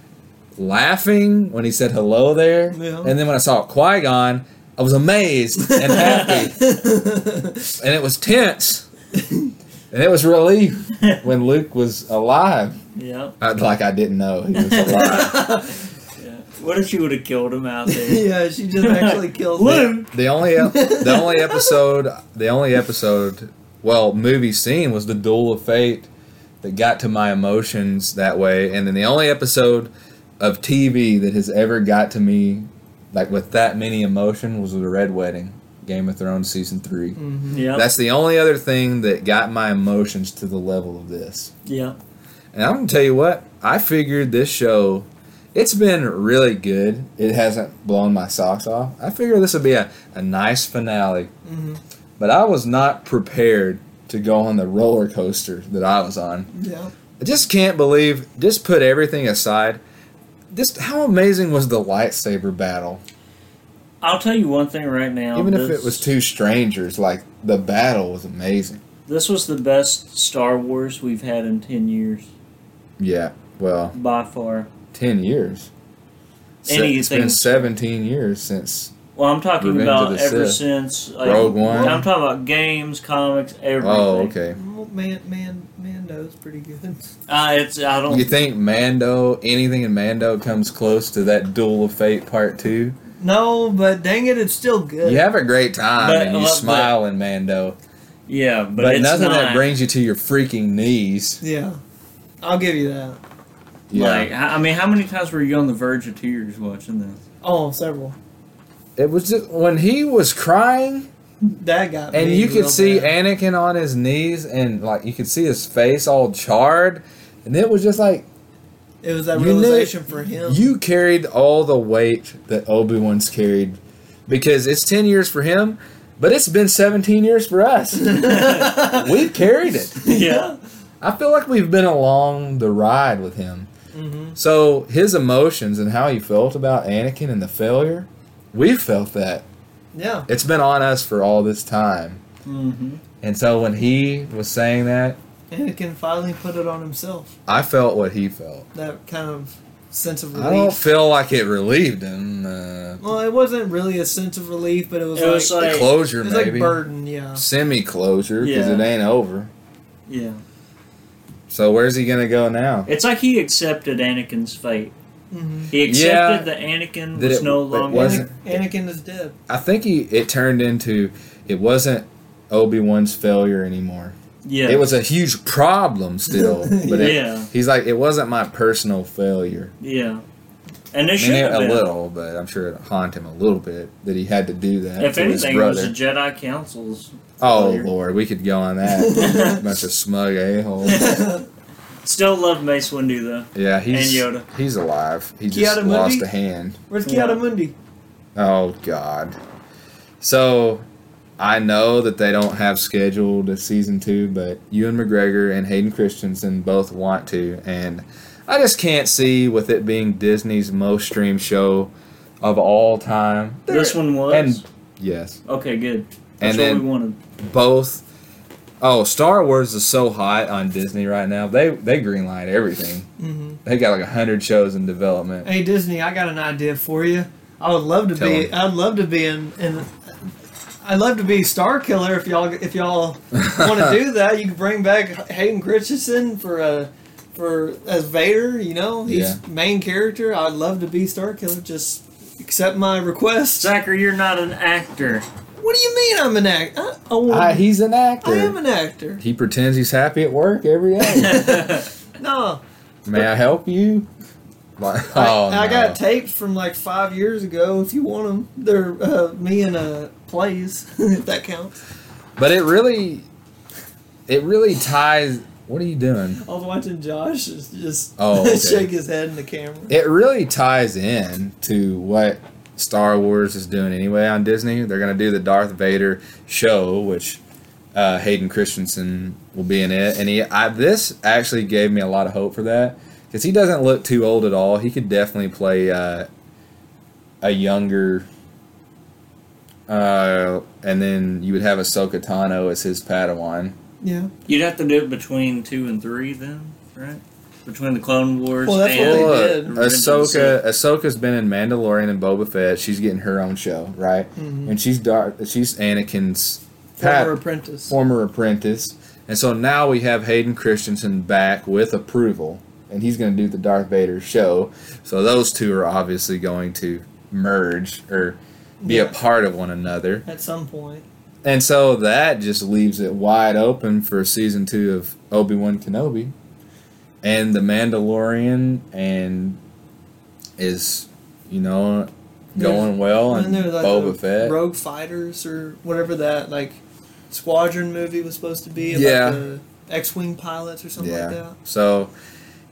[SPEAKER 1] laughing when he said hello there,
[SPEAKER 3] Yeah.
[SPEAKER 1] and then when I saw Qui Gon, I was amazed and happy, and it was tense, and it was relief when Luke was alive.
[SPEAKER 2] yeah,
[SPEAKER 1] I, like I didn't know he was alive.
[SPEAKER 2] yeah. What if you would have killed him out there?
[SPEAKER 3] yeah, she just actually killed him.
[SPEAKER 2] Luke,
[SPEAKER 1] the only ep- the only episode the only episode well movie scene was the duel of fate that got to my emotions that way and then the only episode of tv that has ever got to me like with that many emotion was the red wedding game of thrones season 3
[SPEAKER 3] Mm-hmm.
[SPEAKER 2] yeah,
[SPEAKER 1] that's the only other thing that got my emotions to the level of this
[SPEAKER 2] yeah,
[SPEAKER 1] and I'm gonna tell you what, I figured this show, it's been really good. It hasn't blown my socks off. I figured this would be a, a nice finale.
[SPEAKER 3] Mm-hmm.
[SPEAKER 1] But I was not prepared to go on the roller coaster that I was on.
[SPEAKER 3] Yeah.
[SPEAKER 1] I just can't believe, just put everything aside. Just how amazing was the lightsaber battle?
[SPEAKER 2] I'll tell you one thing right now.
[SPEAKER 1] Even if
[SPEAKER 2] Oh, this-
[SPEAKER 1] it was two strangers, like the battle was amazing.
[SPEAKER 2] this was the best Star Wars we've had in ten years
[SPEAKER 1] Yeah, well,
[SPEAKER 2] by far.
[SPEAKER 1] 10 years. Se- it's
[SPEAKER 2] Anything-
[SPEAKER 1] been 17 years since
[SPEAKER 2] Well, I'm talking
[SPEAKER 1] Revenge of
[SPEAKER 2] about
[SPEAKER 1] the
[SPEAKER 2] ever
[SPEAKER 1] Sith.
[SPEAKER 2] since like,
[SPEAKER 1] Rogue One?
[SPEAKER 2] I'm talking about games, comics, everything.
[SPEAKER 1] Oh, okay.
[SPEAKER 3] Well, Man, man, Mando's pretty good.
[SPEAKER 2] Uh, it's I don't.
[SPEAKER 1] You think Mando, anything in Mando comes close to that Duel of Fate Part 2?
[SPEAKER 3] No, but dang it, it's still good.
[SPEAKER 1] You have a great time
[SPEAKER 2] But-
[SPEAKER 1] and you
[SPEAKER 2] but-
[SPEAKER 1] smile in Mando,
[SPEAKER 2] yeah,
[SPEAKER 1] but,
[SPEAKER 2] but, it's
[SPEAKER 1] nothing
[SPEAKER 2] not,
[SPEAKER 1] that brings you to your freaking knees.
[SPEAKER 3] Yeah. I'll give you that.
[SPEAKER 2] Like I I mean, how many times were you on the verge of tears watching this?
[SPEAKER 3] Oh, several.
[SPEAKER 1] It was just when he was crying
[SPEAKER 3] That got
[SPEAKER 1] and
[SPEAKER 3] me
[SPEAKER 1] you could
[SPEAKER 3] real
[SPEAKER 1] see
[SPEAKER 3] bad.
[SPEAKER 1] Anakin on his knees and like you could see his face all charred and it was just like
[SPEAKER 3] it was that
[SPEAKER 1] you knew-
[SPEAKER 3] realization for him.
[SPEAKER 1] You carried all the weight that Obi Wan's carried because it's 10 years for him, but it's been 17 years for us. We've carried it.
[SPEAKER 2] yeah,
[SPEAKER 1] I feel like we've been along the ride with him.
[SPEAKER 3] Mm-hmm.
[SPEAKER 1] So his emotions and how he felt about Anakin and the failure, we felt that.
[SPEAKER 3] yeah.
[SPEAKER 1] It's been on us for all this time.
[SPEAKER 2] hmm
[SPEAKER 1] And so when he was saying that,
[SPEAKER 3] Anakin finally put it on himself.
[SPEAKER 1] I felt what he felt.
[SPEAKER 3] That kind of sense of
[SPEAKER 1] I don't
[SPEAKER 3] relief.
[SPEAKER 1] feel like it relieved him. Uh,
[SPEAKER 3] Well, it wasn't really a sense of relief, but it was
[SPEAKER 2] It
[SPEAKER 3] like
[SPEAKER 2] was like-
[SPEAKER 1] the closure,
[SPEAKER 3] it was like
[SPEAKER 1] maybe.
[SPEAKER 3] burden. Yeah,
[SPEAKER 1] Semi closure, because
[SPEAKER 2] Yeah.
[SPEAKER 1] it ain't over.
[SPEAKER 2] Yeah.
[SPEAKER 1] So where's he gonna go now?
[SPEAKER 2] It's like he accepted Anakin's fate.
[SPEAKER 3] hmm
[SPEAKER 2] He
[SPEAKER 1] Yeah.
[SPEAKER 2] accepted that Anakin
[SPEAKER 1] That
[SPEAKER 2] was
[SPEAKER 1] it-
[SPEAKER 2] no
[SPEAKER 1] that
[SPEAKER 2] longer.
[SPEAKER 1] wasn't-
[SPEAKER 3] Anakin is dead.
[SPEAKER 1] I think he it turned into it wasn't Obi Wan's failure anymore.
[SPEAKER 2] yeah.
[SPEAKER 1] It was a huge problem still, but it,
[SPEAKER 2] yeah.
[SPEAKER 1] he's like it wasn't my personal failure.
[SPEAKER 2] Yeah. And it
[SPEAKER 1] I mean,
[SPEAKER 2] should have
[SPEAKER 1] a
[SPEAKER 2] been.
[SPEAKER 1] little, but I'm sure it haunt him a little bit that he had to do that.
[SPEAKER 2] If
[SPEAKER 1] to his
[SPEAKER 2] anything, it was
[SPEAKER 1] brother.
[SPEAKER 2] the Jedi Council's.
[SPEAKER 1] oh
[SPEAKER 2] failure.
[SPEAKER 1] lord, we could go on that. Bunch of smug a holes.
[SPEAKER 2] Still love Mace Windu though.
[SPEAKER 1] Yeah, he's
[SPEAKER 2] And Yoda.
[SPEAKER 1] he's alive. He just
[SPEAKER 3] Kiara
[SPEAKER 1] lost
[SPEAKER 3] Mundi?
[SPEAKER 1] a hand.
[SPEAKER 3] Where's
[SPEAKER 2] Yeah.
[SPEAKER 3] Kiara Mundi?
[SPEAKER 1] Oh God. So I know that they don't have scheduled a season two, but Ewan McGregor and Hayden Christensen both want to, and I just can't see with it being Disney's most streamed show of all time.
[SPEAKER 2] This one was.
[SPEAKER 1] and yes,
[SPEAKER 2] okay, good. That's
[SPEAKER 1] and
[SPEAKER 2] what
[SPEAKER 1] then-
[SPEAKER 2] we wanted.
[SPEAKER 1] both. Oh, Star Wars is so hot on Disney right now. They they greenlight everything.
[SPEAKER 3] Mm-hmm.
[SPEAKER 1] They got like hundred shows in development.
[SPEAKER 3] Hey Disney, I got an idea for you. I would love to
[SPEAKER 1] Tell
[SPEAKER 3] be.
[SPEAKER 1] him.
[SPEAKER 3] I'd love to be in. in I'd love to be Star Killer if y'all if y'all want to do that. You can bring back Hayden Christensen for uh for as Vader. You know he's
[SPEAKER 1] Yeah.
[SPEAKER 3] main character. I'd love to be Star Killer. Just accept my request.
[SPEAKER 2] Zachary, you're not an actor.
[SPEAKER 3] What do you mean I'm an actor? I, I, want-
[SPEAKER 1] Ah, he's an actor.
[SPEAKER 3] I am an actor.
[SPEAKER 1] He pretends he's happy at work every day.
[SPEAKER 3] No,
[SPEAKER 1] May I help you? Like,
[SPEAKER 3] I,
[SPEAKER 1] oh,
[SPEAKER 3] I
[SPEAKER 1] no.
[SPEAKER 3] got tapes from like five years ago. If you want them, they're uh, me and uh, plays. if that counts.
[SPEAKER 1] but it really, it really ties. What are you doing?
[SPEAKER 3] I was watching Josh just, just
[SPEAKER 1] Oh, okay.
[SPEAKER 3] shake his head in the camera.
[SPEAKER 1] It really ties in to what Star Wars is doing anyway on Disney. They're gonna do the Darth Vader show, which uh, Hayden Christensen will be in it, and he. I, this actually gave me a lot of hope for that because he doesn't look too old at all. He could definitely play uh, a younger. Uh, and then you would have Ahsoka Tano as his Padawan.
[SPEAKER 3] Yeah.
[SPEAKER 2] You'd have to do it between two and three then, right? Between the Clone Wars
[SPEAKER 3] Well, that's what
[SPEAKER 2] and
[SPEAKER 3] they
[SPEAKER 1] Well,
[SPEAKER 3] did.
[SPEAKER 1] look, Ahsoka Ahsoka's been in Mandalorian and Boba Fett. She's getting her own show, right?
[SPEAKER 3] Mhm.
[SPEAKER 1] And she's dark. She's Anakin's
[SPEAKER 3] Former
[SPEAKER 1] Pat,
[SPEAKER 3] apprentice.
[SPEAKER 1] former apprentice, and so now we have Hayden Christensen back with approval, and he's going to do the Darth Vader show. So those two are obviously going to merge or be a
[SPEAKER 3] Yeah.
[SPEAKER 1] part of one another.
[SPEAKER 3] At some point.
[SPEAKER 1] And so that just leaves it wide open for season two of Obi Wan Kenobi, and the Mandalorian, and is you know going well, and
[SPEAKER 3] And then there was like
[SPEAKER 1] Boba
[SPEAKER 3] the
[SPEAKER 1] Fett.
[SPEAKER 3] Rogue Fighters or whatever that like squadron movie was supposed to be. About
[SPEAKER 1] Yeah.
[SPEAKER 3] The X-wing pilots or something
[SPEAKER 1] yeah,
[SPEAKER 3] like that.
[SPEAKER 1] so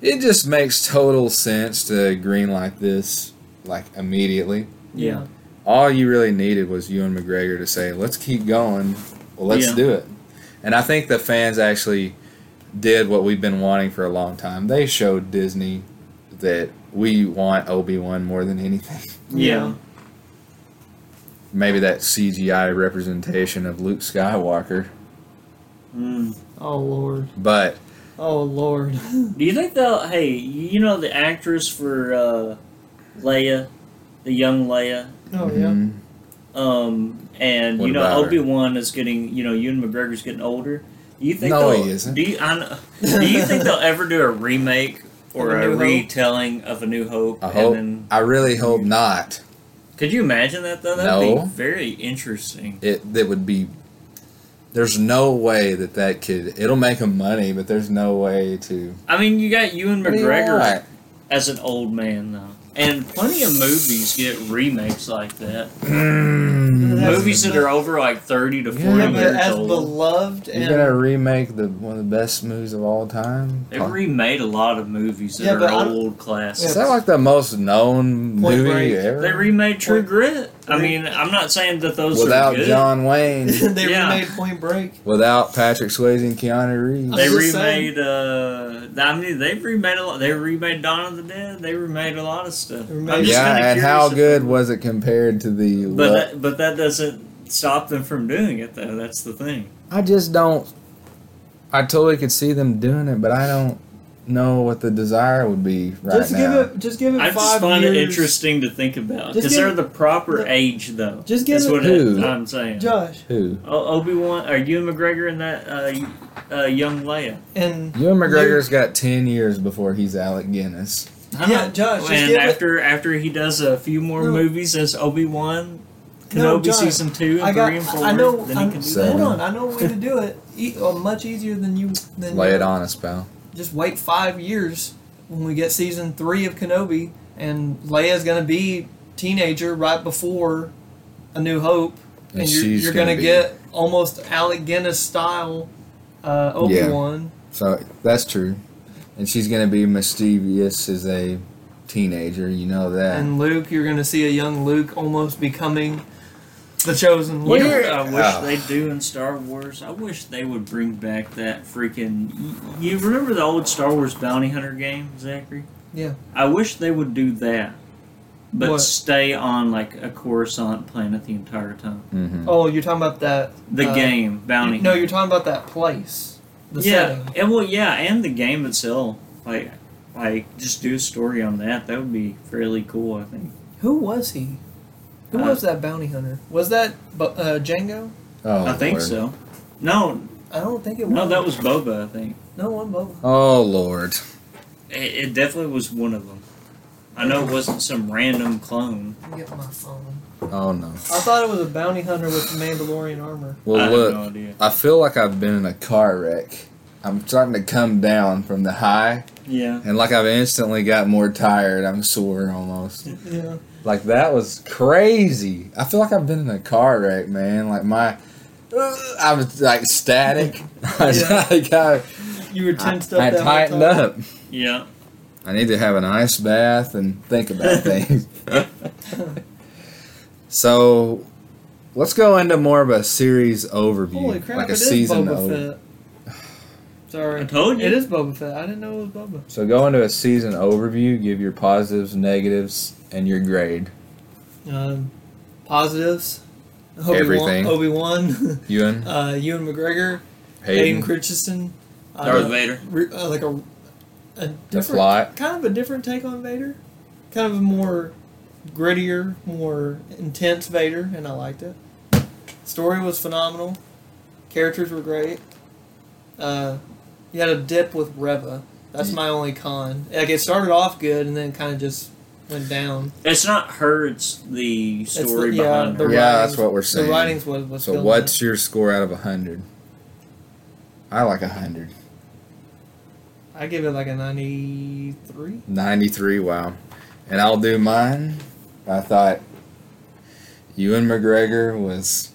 [SPEAKER 1] it just makes total sense to green like this, like immediately.
[SPEAKER 2] Yeah.
[SPEAKER 1] all you really needed was Ewan McGregor to say, "Let's keep going. Well, let's
[SPEAKER 2] Yeah.
[SPEAKER 1] do it." And I think the fans actually did what we've been wanting for a long time. They showed Disney that we want Obi Wan more than anything.
[SPEAKER 2] Yeah.
[SPEAKER 1] Maybe that CGI representation of Luke Skywalker,
[SPEAKER 2] Mm.
[SPEAKER 3] Oh lord.
[SPEAKER 1] but
[SPEAKER 3] Oh lord.
[SPEAKER 2] Do you think they'll? Hey, you know the actress for uh, Leia, the young Leia,
[SPEAKER 3] oh yeah.
[SPEAKER 1] Mhm.
[SPEAKER 2] um, and
[SPEAKER 1] What
[SPEAKER 2] you know
[SPEAKER 1] about her?
[SPEAKER 2] Obi Wan is getting. You know, Ewan McGregor's getting older. Do you think?
[SPEAKER 1] No,
[SPEAKER 2] they'll-
[SPEAKER 1] he isn't.
[SPEAKER 2] Do you, I, know- do you think they'll ever do a remake or
[SPEAKER 3] Of A
[SPEAKER 2] a,
[SPEAKER 3] New Hope?
[SPEAKER 2] retelling of A New Hope?
[SPEAKER 1] I
[SPEAKER 2] and
[SPEAKER 1] hope.
[SPEAKER 2] Then,
[SPEAKER 1] I really hope not.
[SPEAKER 2] could you imagine that though? That'd
[SPEAKER 1] No.
[SPEAKER 2] be very interesting.
[SPEAKER 1] It that would be. There's no way that that could. It'll make him money, but there's no way to.
[SPEAKER 2] I mean, you got Ewan
[SPEAKER 1] What do you
[SPEAKER 2] McGregor
[SPEAKER 1] want?
[SPEAKER 2] as an old man though, and plenty of movies get remakes like that.
[SPEAKER 1] Mm.
[SPEAKER 3] That's-
[SPEAKER 2] movies that are over like thirty to
[SPEAKER 1] Yeah,
[SPEAKER 2] forty
[SPEAKER 3] Yeah, but
[SPEAKER 2] years
[SPEAKER 3] as
[SPEAKER 2] old.
[SPEAKER 3] beloved
[SPEAKER 1] You're gonna
[SPEAKER 3] and
[SPEAKER 1] remake the one of the best movies of all time.
[SPEAKER 2] They've remade a lot of movies that
[SPEAKER 3] Yeah, but I
[SPEAKER 2] are
[SPEAKER 3] don't-
[SPEAKER 2] old
[SPEAKER 1] Is
[SPEAKER 2] classics.
[SPEAKER 1] that like the most known
[SPEAKER 3] Point
[SPEAKER 1] movie
[SPEAKER 3] Break.
[SPEAKER 1] ever?
[SPEAKER 2] They remade True
[SPEAKER 3] Point-
[SPEAKER 2] Grit. I mean, I'm not saying that those
[SPEAKER 1] without
[SPEAKER 2] are good.
[SPEAKER 1] John Wayne,
[SPEAKER 3] they
[SPEAKER 2] Yeah.
[SPEAKER 3] remade Point Break.
[SPEAKER 1] without Patrick Swayze and Keanu Reeves.
[SPEAKER 2] They
[SPEAKER 3] I'm just
[SPEAKER 2] remade. Uh, I mean, they've remade a lot. They remade Dawn of the Dead. They remade a lot of stuff.
[SPEAKER 3] They
[SPEAKER 2] I'm
[SPEAKER 3] remade-
[SPEAKER 2] just
[SPEAKER 1] yeah,
[SPEAKER 2] kinda
[SPEAKER 1] and
[SPEAKER 2] curious
[SPEAKER 1] how
[SPEAKER 2] if-
[SPEAKER 1] good was it compared to the?
[SPEAKER 2] But
[SPEAKER 1] lo-
[SPEAKER 2] that, but that doesn't stop them from doing it though. That's the thing.
[SPEAKER 1] I just don't. I totally could see them doing it, but I don't know what the desire would be right
[SPEAKER 3] just
[SPEAKER 1] now.
[SPEAKER 3] give it. Just give it
[SPEAKER 2] I
[SPEAKER 3] five
[SPEAKER 2] just find
[SPEAKER 3] years.
[SPEAKER 2] it interesting to think about
[SPEAKER 3] Just
[SPEAKER 2] because
[SPEAKER 3] give
[SPEAKER 2] they're
[SPEAKER 3] it-
[SPEAKER 2] the proper
[SPEAKER 3] the-
[SPEAKER 2] age, though.
[SPEAKER 3] just give
[SPEAKER 2] That's
[SPEAKER 3] it-
[SPEAKER 2] what
[SPEAKER 1] Who?
[SPEAKER 2] I'm saying.
[SPEAKER 3] Josh
[SPEAKER 1] Who?
[SPEAKER 2] Obi Wan, are you and McGregor and that uh, uh, young Leia?
[SPEAKER 3] and
[SPEAKER 1] Ewan McGregor's got ten years before he's Alec Guinness.
[SPEAKER 2] I know.
[SPEAKER 3] Yeah, Josh, just
[SPEAKER 2] And
[SPEAKER 3] give it-
[SPEAKER 2] after after he does a few more
[SPEAKER 3] No.
[SPEAKER 2] movies as Obi Wan, Kenobi
[SPEAKER 3] No, Josh,
[SPEAKER 2] season two and
[SPEAKER 3] I got.
[SPEAKER 2] three and four,
[SPEAKER 3] I know.
[SPEAKER 2] then
[SPEAKER 3] I'm-
[SPEAKER 2] he can do
[SPEAKER 1] So-
[SPEAKER 2] that.
[SPEAKER 3] hold on. I know a way to do it. E- uh, much easier than you. Than
[SPEAKER 1] Lay
[SPEAKER 3] you.
[SPEAKER 1] it on us, pal.
[SPEAKER 3] Just wait five years when we get season three of Kenobi, and Leia's gonna be teenager right before A New Hope, and,
[SPEAKER 1] And
[SPEAKER 3] you're,
[SPEAKER 1] she's
[SPEAKER 3] you're gonna,
[SPEAKER 1] gonna be-
[SPEAKER 3] get almost Alec Guinness style uh, Obi
[SPEAKER 1] Yeah.
[SPEAKER 3] Wan.
[SPEAKER 1] So that's true. And she's gonna be mischievous as a teenager, you know that.
[SPEAKER 3] and Luke, you're going to see a young Luke almost becoming the chosen
[SPEAKER 2] You
[SPEAKER 3] Luke.
[SPEAKER 2] know
[SPEAKER 1] Where-
[SPEAKER 2] what I wish
[SPEAKER 1] Oh.
[SPEAKER 2] they do in Star Wars. I wish they would bring back that freaking. You remember the old Star Wars bounty hunter game, Zachary?
[SPEAKER 3] Yeah.
[SPEAKER 2] I wish they would do that, but
[SPEAKER 3] What?
[SPEAKER 2] stay on like a Coruscant planet the entire time.
[SPEAKER 1] hmm
[SPEAKER 3] Oh, you're talking about that.
[SPEAKER 2] The
[SPEAKER 3] uh,
[SPEAKER 2] game bounty.
[SPEAKER 3] No, you're talking about that place. The
[SPEAKER 2] yeah,
[SPEAKER 3] setting.
[SPEAKER 2] and well, yeah, and the game itself. Like, like just do a story on that. That would be fairly cool. I think.
[SPEAKER 3] Who was he? Who
[SPEAKER 2] Uh,
[SPEAKER 3] was that bounty hunter? Was that Bu- uh, Django?
[SPEAKER 1] Oh,
[SPEAKER 2] I think
[SPEAKER 1] Lord.
[SPEAKER 2] so. No,
[SPEAKER 3] I don't think it was.
[SPEAKER 2] no, that was Boba. I think
[SPEAKER 3] No one, Boba.
[SPEAKER 1] Oh Lord.
[SPEAKER 2] it, it definitely was one of them. I know it wasn't some random clone.
[SPEAKER 3] Let me Get my phone.
[SPEAKER 1] Oh no.
[SPEAKER 3] I thought it was a bounty hunter with Mandalorian armor.
[SPEAKER 1] Well
[SPEAKER 2] I
[SPEAKER 1] look,
[SPEAKER 2] have no idea.
[SPEAKER 1] I feel like I've been in a car wreck. I'm starting to come down from the high
[SPEAKER 2] Yeah,
[SPEAKER 1] and like I've instantly got more tired. I'm sore almost.
[SPEAKER 3] Yeah.
[SPEAKER 1] Like that was crazy. I feel like I've been in a car wreck, man. Like my uh, I was like static. I was
[SPEAKER 3] Yeah.
[SPEAKER 1] like I,
[SPEAKER 3] You were tensed up.
[SPEAKER 1] I
[SPEAKER 3] that whole
[SPEAKER 1] tightened
[SPEAKER 3] time.
[SPEAKER 1] up.
[SPEAKER 2] yeah.
[SPEAKER 1] I need to have an ice bath and think about things. so, let's go into more of a series overview,
[SPEAKER 3] Holy crap!
[SPEAKER 1] like a
[SPEAKER 3] it is
[SPEAKER 1] season
[SPEAKER 3] Boba
[SPEAKER 1] overview.
[SPEAKER 3] Fett. Sorry.
[SPEAKER 2] I told you.
[SPEAKER 3] It is Boba Fett. I didn't know it was Boba.
[SPEAKER 1] So, go into a season overview. Give your positives, negatives, and your grade.
[SPEAKER 3] Um, positives. Obi-Wan,
[SPEAKER 1] Everything.
[SPEAKER 3] Obi Wan,
[SPEAKER 1] Ewan,
[SPEAKER 3] uh, Ewan McGregor, Hayden,
[SPEAKER 1] Hayden,
[SPEAKER 3] Christensen. uh,
[SPEAKER 2] Darth Vader.
[SPEAKER 3] re- uh, like a, a
[SPEAKER 1] the
[SPEAKER 3] different,
[SPEAKER 1] plot.
[SPEAKER 3] kind of a different take on Vader. Kind of a more grittier, more intense Vader, and I liked it. Story was phenomenal. Characters were great. Uh, you had a dip with Reva. That's
[SPEAKER 1] Ye-
[SPEAKER 3] my only con. Like it started off good and then kind of just went down.
[SPEAKER 2] It's not her. It's the
[SPEAKER 3] the-
[SPEAKER 2] story
[SPEAKER 3] yeah,
[SPEAKER 2] behind
[SPEAKER 3] the
[SPEAKER 2] her.
[SPEAKER 1] yeah,
[SPEAKER 3] writings-
[SPEAKER 1] that's what we're
[SPEAKER 3] The
[SPEAKER 1] saying.
[SPEAKER 3] writings was was
[SPEAKER 1] so,
[SPEAKER 3] filmed.
[SPEAKER 1] what's your score out of a hundred? I like a hundred.
[SPEAKER 3] I give it like a 93.
[SPEAKER 1] 93 wow and i'll do mine i thought ewan mcgregor was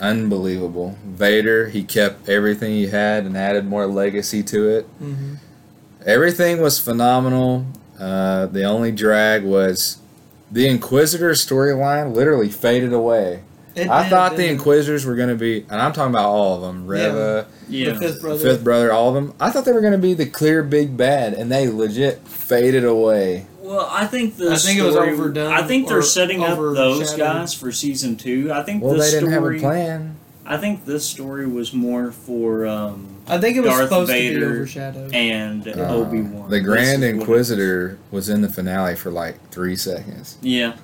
[SPEAKER 1] unbelievable vader he kept everything he had and added more legacy to it
[SPEAKER 3] Mm-hmm.
[SPEAKER 1] everything was phenomenal uh, the only drag was the inquisitor storyline literally faded away i thought the inquisitors were going to be and i'm talking about all of them reva
[SPEAKER 2] Yeah,
[SPEAKER 3] fifth brother.
[SPEAKER 1] fifth brother all of them i thought they were going to be the clear big bad and they legit faded away
[SPEAKER 2] Well, I think the
[SPEAKER 3] I think it was
[SPEAKER 2] story-
[SPEAKER 3] overdone
[SPEAKER 2] I think
[SPEAKER 3] or
[SPEAKER 2] they're setting up those
[SPEAKER 3] overshadowed.
[SPEAKER 2] guys for season two. I think
[SPEAKER 1] Well,
[SPEAKER 2] the
[SPEAKER 1] they
[SPEAKER 2] story.
[SPEAKER 1] didn't have a plan.
[SPEAKER 2] I think this story was more for um
[SPEAKER 3] I think it was
[SPEAKER 2] Darth
[SPEAKER 3] supposed to be
[SPEAKER 2] Vader
[SPEAKER 3] overshadowed.
[SPEAKER 2] and
[SPEAKER 1] Uh,
[SPEAKER 2] Obi Wan.
[SPEAKER 1] The Grand Inquisitor was in the finale for like three seconds.
[SPEAKER 2] Yeah,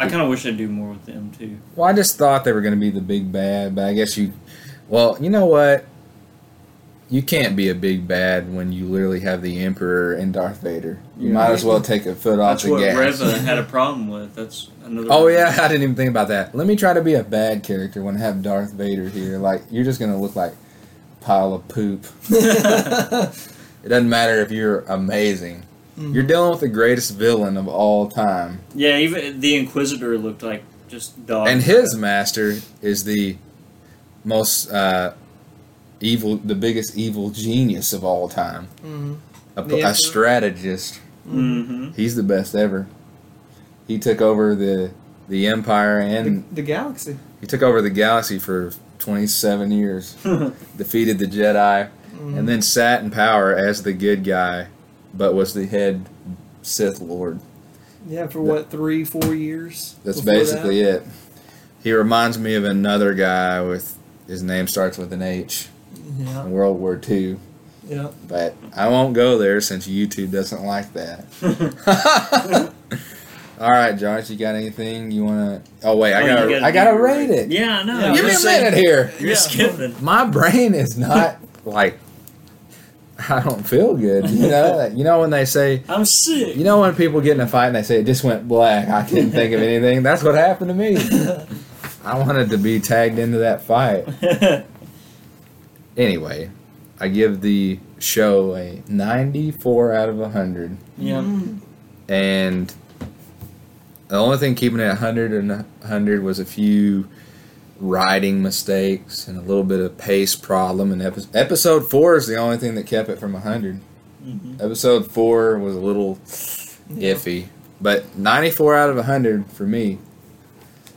[SPEAKER 2] I kind of wish I'd do more with them too.
[SPEAKER 1] Well, I just thought they were going to be the big bad, but I guess you. Well, you know what? You can't be a big bad when you literally have the Emperor and Darth Vader. You
[SPEAKER 2] Yeah.
[SPEAKER 1] might as well take a foot off
[SPEAKER 2] That's
[SPEAKER 1] the
[SPEAKER 2] what
[SPEAKER 1] gas.
[SPEAKER 2] Reva had a problem with. That's another.
[SPEAKER 1] Oh yeah, I didn't even think about that. Let me try to be a bad character when I have Darth Vader here. Like you're just gonna look like a pile of poop. It doesn't matter if you're amazing.
[SPEAKER 3] Mm-hmm.
[SPEAKER 1] You're dealing with the greatest villain of all time,
[SPEAKER 2] Yeah, even the Inquisitor looked like just dog.
[SPEAKER 1] and his master is the most uh, evil, the biggest evil genius of all time.
[SPEAKER 3] Mhm.
[SPEAKER 1] A,
[SPEAKER 3] The Emperor?
[SPEAKER 1] a strategist.
[SPEAKER 2] hmm
[SPEAKER 1] He's the best ever. He took over the the empire and
[SPEAKER 3] the, the galaxy.
[SPEAKER 1] He took over the galaxy for 27 years,
[SPEAKER 2] Oh,
[SPEAKER 1] defeated the Jedi,
[SPEAKER 3] Mm-hmm.
[SPEAKER 1] and then sat in power as the good guy, but was the head Sith Lord.
[SPEAKER 3] Yeah, for what three, four years.
[SPEAKER 1] That's
[SPEAKER 3] before
[SPEAKER 1] basically it. He reminds me of another guy with his name starts with an H
[SPEAKER 3] that? Yeah.
[SPEAKER 1] in World War II.
[SPEAKER 3] Yeah.
[SPEAKER 1] But I won't go there since YouTube doesn't like that. All right, Josh, you got anything you want to? Oh wait, I
[SPEAKER 2] Oh,
[SPEAKER 1] gotta,
[SPEAKER 2] you gotta
[SPEAKER 1] I gotta
[SPEAKER 2] be-
[SPEAKER 1] rate it.
[SPEAKER 2] Yeah, I know.
[SPEAKER 3] Yeah,
[SPEAKER 2] You're
[SPEAKER 1] Give me a
[SPEAKER 2] just saying-
[SPEAKER 1] minute here.
[SPEAKER 2] You're
[SPEAKER 3] Yeah.
[SPEAKER 2] skipping.
[SPEAKER 1] My brain is not like I don't feel good. You know, Like, you know when they say,
[SPEAKER 2] I'm sick.
[SPEAKER 1] you know when people get in a fight and they say it just went black. I couldn't think of anything. That's what happened to me. I wanted to be tagged into that fight. Anyway, I give the show a 94 out of 100.
[SPEAKER 2] yeah.
[SPEAKER 3] Mm.
[SPEAKER 1] And the only thing keeping it 100 and 100 was a few riding mistakes and a little bit of pace problem. And epi- episode 4 is the only thing that kept it from 100.
[SPEAKER 2] Mhm.
[SPEAKER 1] Episode 4 was a little iffy. But 94 out of 100 for me.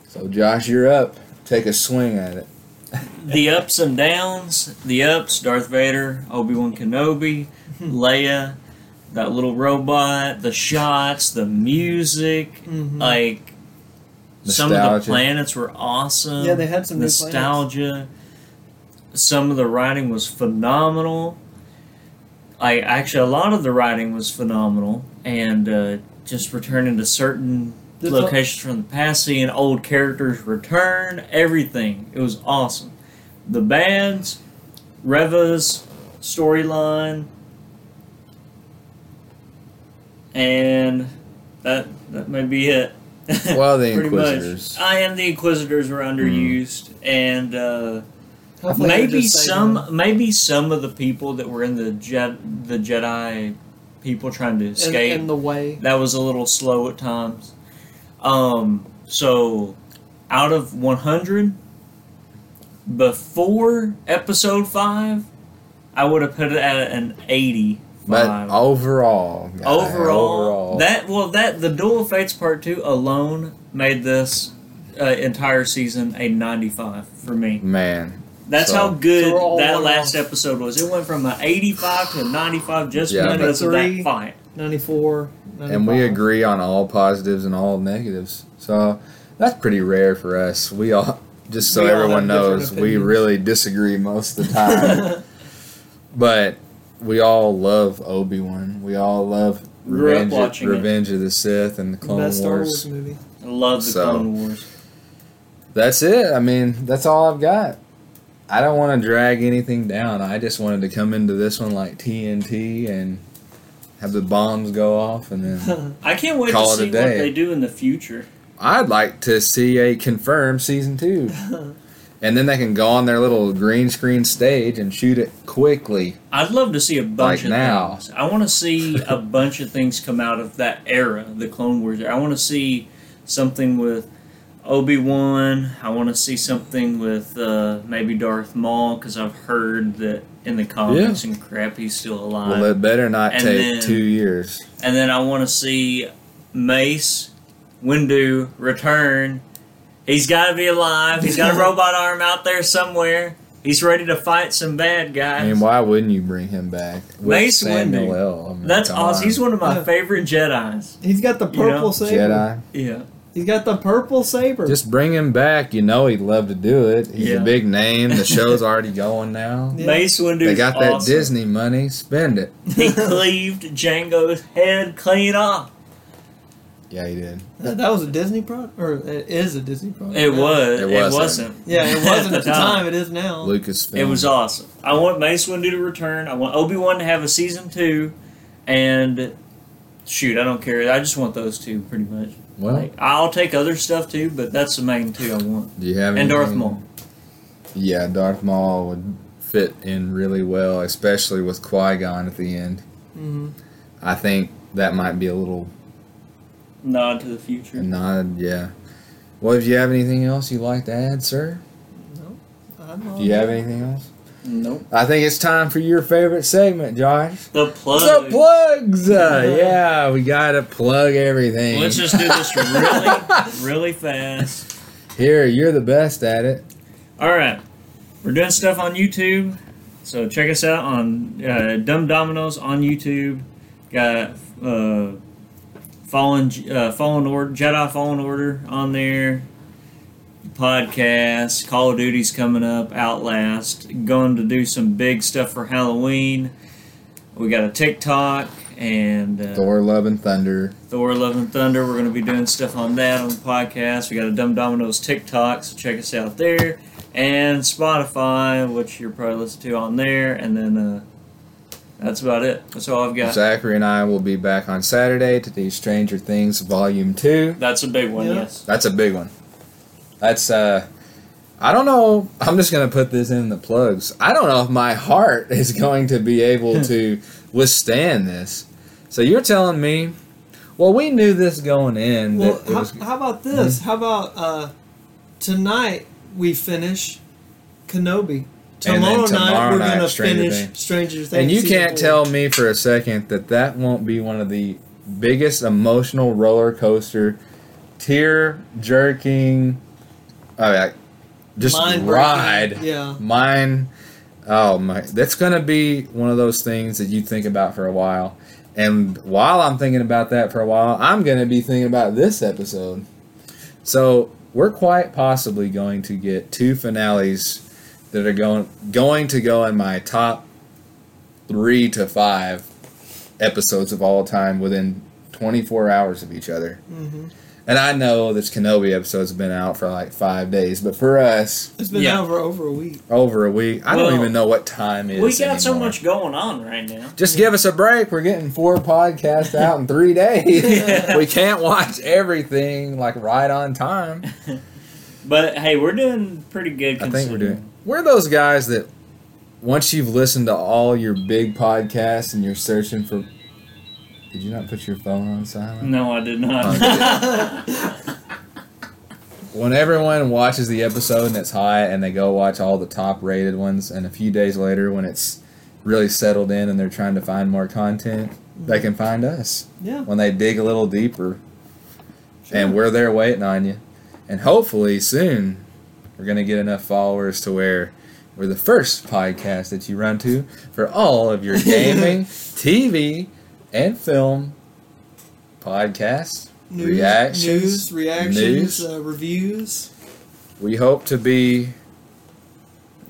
[SPEAKER 1] So, Josh, you're up. Take a swing at it.
[SPEAKER 2] The ups and downs. The ups: Darth Vader, Obi Wan Kenobi, Leia, that little robot, the shots, the music.
[SPEAKER 3] Mhm.
[SPEAKER 2] Like some of
[SPEAKER 1] Nostalgia.
[SPEAKER 2] the planets were awesome.
[SPEAKER 3] Yeah, they had some new planets.
[SPEAKER 2] nostalgia. Some of the writing was phenomenal. I actually a lot of the writing was phenomenal, and uh, just returning to certain
[SPEAKER 3] The fu-
[SPEAKER 2] locations from the past, seeing old characters return, everything. It was awesome. The bands, Reva's storyline, and that that may be it.
[SPEAKER 1] Well, the
[SPEAKER 2] Pretty
[SPEAKER 1] Inquisitors. Hmm.
[SPEAKER 2] much. I am the Inquisitors were underused, and uh,
[SPEAKER 3] Hopefully they're
[SPEAKER 2] maybe
[SPEAKER 3] just saving
[SPEAKER 2] some
[SPEAKER 3] them.
[SPEAKER 2] maybe some of the people that were in the Jed, the Jedi people trying to
[SPEAKER 3] in,
[SPEAKER 2] escape
[SPEAKER 3] in the way.
[SPEAKER 2] that was a little slow at times. Um, so out of 100 before episode 5, I would have put it at an 85.
[SPEAKER 1] But overall, guy,
[SPEAKER 2] overall,
[SPEAKER 1] overall,
[SPEAKER 2] that well that the Duel of Fates part 2 alone made this uh, entire season a 95 for me.
[SPEAKER 1] man,
[SPEAKER 2] That's
[SPEAKER 1] So-
[SPEAKER 2] how good
[SPEAKER 3] So we're all
[SPEAKER 2] that
[SPEAKER 3] one
[SPEAKER 2] last
[SPEAKER 3] off.
[SPEAKER 2] episode was. It went from an 85 to a 95 just
[SPEAKER 1] Yeah, but-
[SPEAKER 2] because of that
[SPEAKER 3] Three.
[SPEAKER 2] fight.
[SPEAKER 3] 94, 95.
[SPEAKER 1] and we agree on all positives and all negatives. So that's pretty rare for us. We all just so
[SPEAKER 3] We all
[SPEAKER 1] everyone
[SPEAKER 3] have different
[SPEAKER 1] knows, we
[SPEAKER 3] opinions.
[SPEAKER 1] really disagree most of the time. but we all love Obi Wan. We all love
[SPEAKER 2] Grew up
[SPEAKER 1] Revenge,
[SPEAKER 2] watching it.
[SPEAKER 1] Revenge of the Sith and the Clone
[SPEAKER 3] Best Star
[SPEAKER 1] Wars.
[SPEAKER 3] Wars movie.
[SPEAKER 2] I love the
[SPEAKER 1] So-
[SPEAKER 2] Clone Wars.
[SPEAKER 1] That's it. I mean, that's all I've got. I don't want to drag anything down. I just wanted to come into this one like TNT and have the bombs go off and then.
[SPEAKER 2] I can't wait
[SPEAKER 1] Call it
[SPEAKER 2] to see
[SPEAKER 1] a
[SPEAKER 2] what
[SPEAKER 1] day.
[SPEAKER 2] they do in the future.
[SPEAKER 1] I'd like to see a confirmed season two. and then they can go on their little green screen stage and shoot it quickly.
[SPEAKER 2] I'd love to see a bunch
[SPEAKER 1] Like
[SPEAKER 2] of
[SPEAKER 1] now.
[SPEAKER 2] things. I want to see a bunch of things come out of that era, the Clone Wars. era. I want to see something with Obi Wan. I want to see something with uh, maybe Darth Maul because I've heard that in the comics and crap he's still alive.
[SPEAKER 1] Well, it better not
[SPEAKER 2] And
[SPEAKER 1] take
[SPEAKER 2] then-
[SPEAKER 1] two years.
[SPEAKER 2] and then I want to see Mace Windu return. He's got to be alive. He's got a robot arm out there somewhere. He's ready to fight some bad guys.
[SPEAKER 1] I mean, why wouldn't you bring him back? With
[SPEAKER 2] Mace
[SPEAKER 1] Samuel
[SPEAKER 2] Windu.
[SPEAKER 1] L. I mean,
[SPEAKER 2] That's
[SPEAKER 1] come
[SPEAKER 2] awesome.
[SPEAKER 1] on.
[SPEAKER 2] He's one of my
[SPEAKER 3] Yeah.
[SPEAKER 2] favorite Jedi's.
[SPEAKER 3] He's got the
[SPEAKER 2] You know,
[SPEAKER 3] purple saber.
[SPEAKER 1] Jedi.
[SPEAKER 2] Yeah.
[SPEAKER 3] He's got the purple saber.
[SPEAKER 1] Just bring him back. You know he'd love to do it. He's
[SPEAKER 2] Yeah.
[SPEAKER 1] a big name. The show's already going now.
[SPEAKER 3] Yeah.
[SPEAKER 2] Mace Windu.
[SPEAKER 1] They got that Disney money. Spend it.
[SPEAKER 2] he cleaved Django's head clean off.
[SPEAKER 1] Yeah, he did.
[SPEAKER 3] that, that was a Disney product, or it is a Disney product.
[SPEAKER 2] It
[SPEAKER 3] now.
[SPEAKER 2] was.
[SPEAKER 1] It
[SPEAKER 2] It,
[SPEAKER 1] wasn't.
[SPEAKER 2] wasn't.
[SPEAKER 3] Yeah, it wasn't at the time. It is now.
[SPEAKER 1] Lucasfilm.
[SPEAKER 2] It was awesome. I want Mace Windu to return. I want Obi Wan to have a season two, and shoot, I don't care. I just want those two pretty much.
[SPEAKER 1] Well,
[SPEAKER 2] Like, I'll take other stuff too, but that's the main two I want.
[SPEAKER 1] do you have
[SPEAKER 2] And Darth
[SPEAKER 1] anything-
[SPEAKER 2] Maul.
[SPEAKER 1] Yeah, Darth Maul would fit in really well, especially with Qui Gon at the end.
[SPEAKER 3] hmm
[SPEAKER 1] I think that might be a little
[SPEAKER 2] Nod to the
[SPEAKER 1] Hmm. Mm.
[SPEAKER 2] future.
[SPEAKER 1] nod. Yeah. Well, if you have anything else you'd like to add, sir?
[SPEAKER 3] I'm all
[SPEAKER 1] Do you have anything else?
[SPEAKER 2] Nope.
[SPEAKER 1] I think it's time for your favorite segment, Josh.
[SPEAKER 2] The plug.
[SPEAKER 1] So plugs. Uh, yeah, we gotta plug everything.
[SPEAKER 2] Let's just do this really, really fast.
[SPEAKER 1] Here, you're the best at it.
[SPEAKER 2] All right, we're doing stuff on YouTube, so check us out on uh, Dumb Dominoes on YouTube. Got uh, Fallen uh, Fallen Order Jedi Fallen Order on there. Podcast Call of Duty's coming up. Outlast going to do some big stuff for Halloween.
[SPEAKER 4] We got a TikTok and uh,
[SPEAKER 1] Thor, Love, and Thunder.
[SPEAKER 4] Thor Love and Thunder. We're going to be doing stuff on that on the podcast. We got a Dumb Dominoes TikTok, so check us out there. And Spotify, which you're probably listening to on there. And then uh, that's about it. That's all I've got.
[SPEAKER 1] Zachary and I will be back on Saturday to do Stranger Things Volume 2.
[SPEAKER 4] That's a big one,
[SPEAKER 3] Yeah.
[SPEAKER 4] yes.
[SPEAKER 1] That's a big one. That's, uh, I don't know. I'm just going to put this in the plugs. I don't know if my heart is going to be able to withstand this. So you're telling me, well, we knew this going in.
[SPEAKER 3] Well,
[SPEAKER 1] that it
[SPEAKER 3] how,
[SPEAKER 1] was, Mm-hmm.
[SPEAKER 3] how about this? How about uh, tonight we finish Kenobi.
[SPEAKER 1] And then
[SPEAKER 3] Tomorrow, night
[SPEAKER 1] tomorrow
[SPEAKER 3] we're
[SPEAKER 1] night,
[SPEAKER 3] gonna
[SPEAKER 1] Stranger
[SPEAKER 3] finish
[SPEAKER 1] Things.
[SPEAKER 3] Stranger Things.
[SPEAKER 1] and you
[SPEAKER 3] season
[SPEAKER 1] can't
[SPEAKER 3] four.
[SPEAKER 1] tell me for a second that that won't be one of the biggest emotional roller coaster, tear jerking, I mean, I- just
[SPEAKER 3] Mind-breaking.
[SPEAKER 1] ride.
[SPEAKER 3] Yeah.
[SPEAKER 1] Mine, oh my, that's gonna be one of those things that you think about for a while. And while I'm thinking about that for a while, I'm gonna be thinking about this episode. So we're quite possibly going to get two finales that are going going to go in my top three to five episodes of all time within 24 hours of each other.
[SPEAKER 3] hmm
[SPEAKER 1] And I know this Kenobi episode's been out for like five days, but for us,
[SPEAKER 3] It's been
[SPEAKER 4] Yeah.
[SPEAKER 3] out for over a week.
[SPEAKER 1] over a week. I
[SPEAKER 4] Well,
[SPEAKER 1] don't even know what time it is.
[SPEAKER 4] We got so
[SPEAKER 1] anymore.
[SPEAKER 4] much going on right now.
[SPEAKER 1] Just give us a break. We're getting four podcasts out in three days.
[SPEAKER 4] Yeah.
[SPEAKER 1] We can't watch everything like right on time.
[SPEAKER 4] But hey, we're doing pretty good.
[SPEAKER 1] I think we're
[SPEAKER 4] considering.
[SPEAKER 1] doing. We're those guys that once you've listened to all your big podcasts and you're searching for. Did you not put your phone on silent?
[SPEAKER 4] No, I did
[SPEAKER 1] Oh,
[SPEAKER 4] not.
[SPEAKER 1] when everyone watches the episode and it's hot and they go watch all the top rated ones and a few days later when it's really settled in and they're trying to find more content they can find us
[SPEAKER 3] Yeah.
[SPEAKER 1] when they dig a little deeper
[SPEAKER 3] Sure.
[SPEAKER 1] and we're there waiting on you and hopefully soon we're going to get enough followers to where we're the first podcast that you run to for all of your gaming tv and film podcasts
[SPEAKER 3] News,
[SPEAKER 1] reactions
[SPEAKER 3] news, reactions,
[SPEAKER 1] news.
[SPEAKER 3] Uh, reviews.
[SPEAKER 1] we hope to be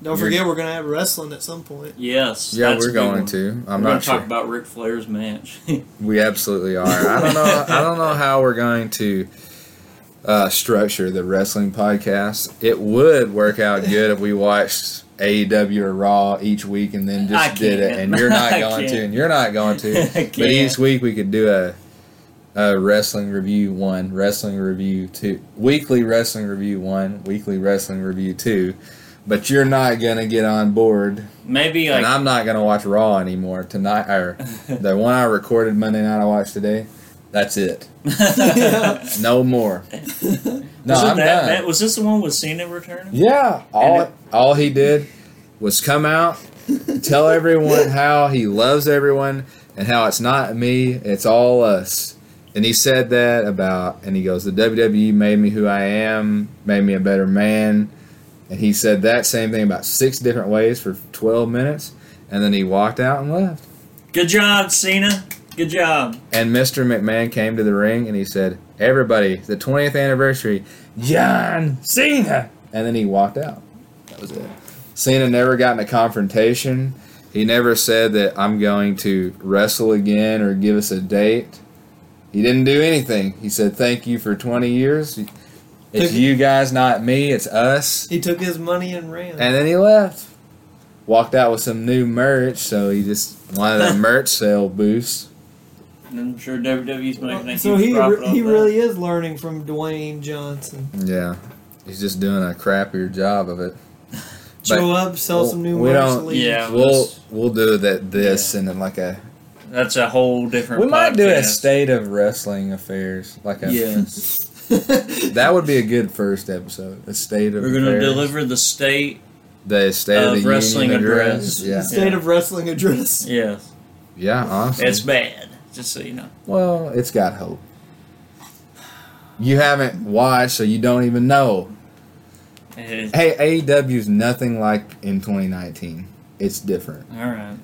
[SPEAKER 3] Don't
[SPEAKER 1] You're-
[SPEAKER 3] forget, we're gonna have wrestling at some point.
[SPEAKER 4] yes.
[SPEAKER 1] Yeah,
[SPEAKER 4] that's a
[SPEAKER 1] we're
[SPEAKER 4] big
[SPEAKER 1] going
[SPEAKER 4] one.
[SPEAKER 1] to. I'm
[SPEAKER 4] we're gonna
[SPEAKER 1] not sure.
[SPEAKER 4] talk about Ric Flair's match.
[SPEAKER 1] we absolutely are. I don't know. I don't know how we're going to uh, structure the wrestling podcast. It would work out good if we watched AEW or Raw each week and then
[SPEAKER 4] I
[SPEAKER 1] just did it.
[SPEAKER 4] can't.
[SPEAKER 1] And you're not
[SPEAKER 4] I
[SPEAKER 1] going to.
[SPEAKER 4] can't.
[SPEAKER 1] And you're not going to.
[SPEAKER 4] I
[SPEAKER 1] But each
[SPEAKER 4] can't.
[SPEAKER 1] week we could do a. A wrestling review one, wrestling review two, weekly wrestling review one, weekly wrestling review two, but you're not gonna get on board
[SPEAKER 4] Maybe like
[SPEAKER 1] and I'm not gonna watch Raw anymore tonight. Or the one I recorded Monday night, I watched today. That's it. No more. No,
[SPEAKER 4] was, it that,
[SPEAKER 1] I'm done.
[SPEAKER 4] that- was this the one with Cena returning?
[SPEAKER 1] yeah, all
[SPEAKER 4] And it-
[SPEAKER 1] all he did was come out, tell everyone how he loves everyone and how it's not me, it's all us. And he said that about, and he goes, the WWE made me who I am, made me a better man. And he said that same thing about six different ways for 12 minutes, and then he walked out and left.
[SPEAKER 4] Good job, Cena. Good job.
[SPEAKER 1] And Mr. McMahon came to the ring and he said, Everybody, the 20th anniversary, John Cena! And then he walked out. That was it. Cena never got in a confrontation. He never said that I'm going to wrestle again or give us a date. He didn't do anything. He said, Thank you for 20 years. It's you guys, not me. It's us.
[SPEAKER 3] He took his money and ran.
[SPEAKER 1] And then he left. Walked out with some new merch, so he just wanted a merch sale boost.
[SPEAKER 4] And I'm sure WWE's making a
[SPEAKER 3] so
[SPEAKER 4] huge
[SPEAKER 3] he
[SPEAKER 4] profit
[SPEAKER 3] re-
[SPEAKER 4] off
[SPEAKER 3] he
[SPEAKER 4] that.
[SPEAKER 3] really is learning from Dwayne Johnson.
[SPEAKER 1] Yeah, he's just doing a crappier job of it.
[SPEAKER 3] Show up, sell
[SPEAKER 1] Well,
[SPEAKER 3] some new
[SPEAKER 1] we don't-
[SPEAKER 3] leave.
[SPEAKER 4] Yeah.
[SPEAKER 1] We'll
[SPEAKER 4] that's-
[SPEAKER 1] we'll do that this and then like a
[SPEAKER 4] That's a whole different.
[SPEAKER 1] we might do a
[SPEAKER 4] podcast.
[SPEAKER 1] state of wrestling affairs like a
[SPEAKER 4] Yes,
[SPEAKER 1] that would be a good first episode a state of
[SPEAKER 4] we're gonna
[SPEAKER 1] affairs.
[SPEAKER 4] deliver the state.
[SPEAKER 1] the state of,
[SPEAKER 4] of
[SPEAKER 1] the
[SPEAKER 4] wrestling
[SPEAKER 1] union
[SPEAKER 4] address.
[SPEAKER 1] address.
[SPEAKER 3] State of wrestling address.
[SPEAKER 4] Yes,
[SPEAKER 1] Yeah, yeah, awesome.
[SPEAKER 4] it's bad. Just so you know.
[SPEAKER 1] well, it's got hope. You haven't watched, so you don't even know.
[SPEAKER 4] Eh,
[SPEAKER 1] Hey, AEW's nothing like in 2019. It's different.
[SPEAKER 4] all right.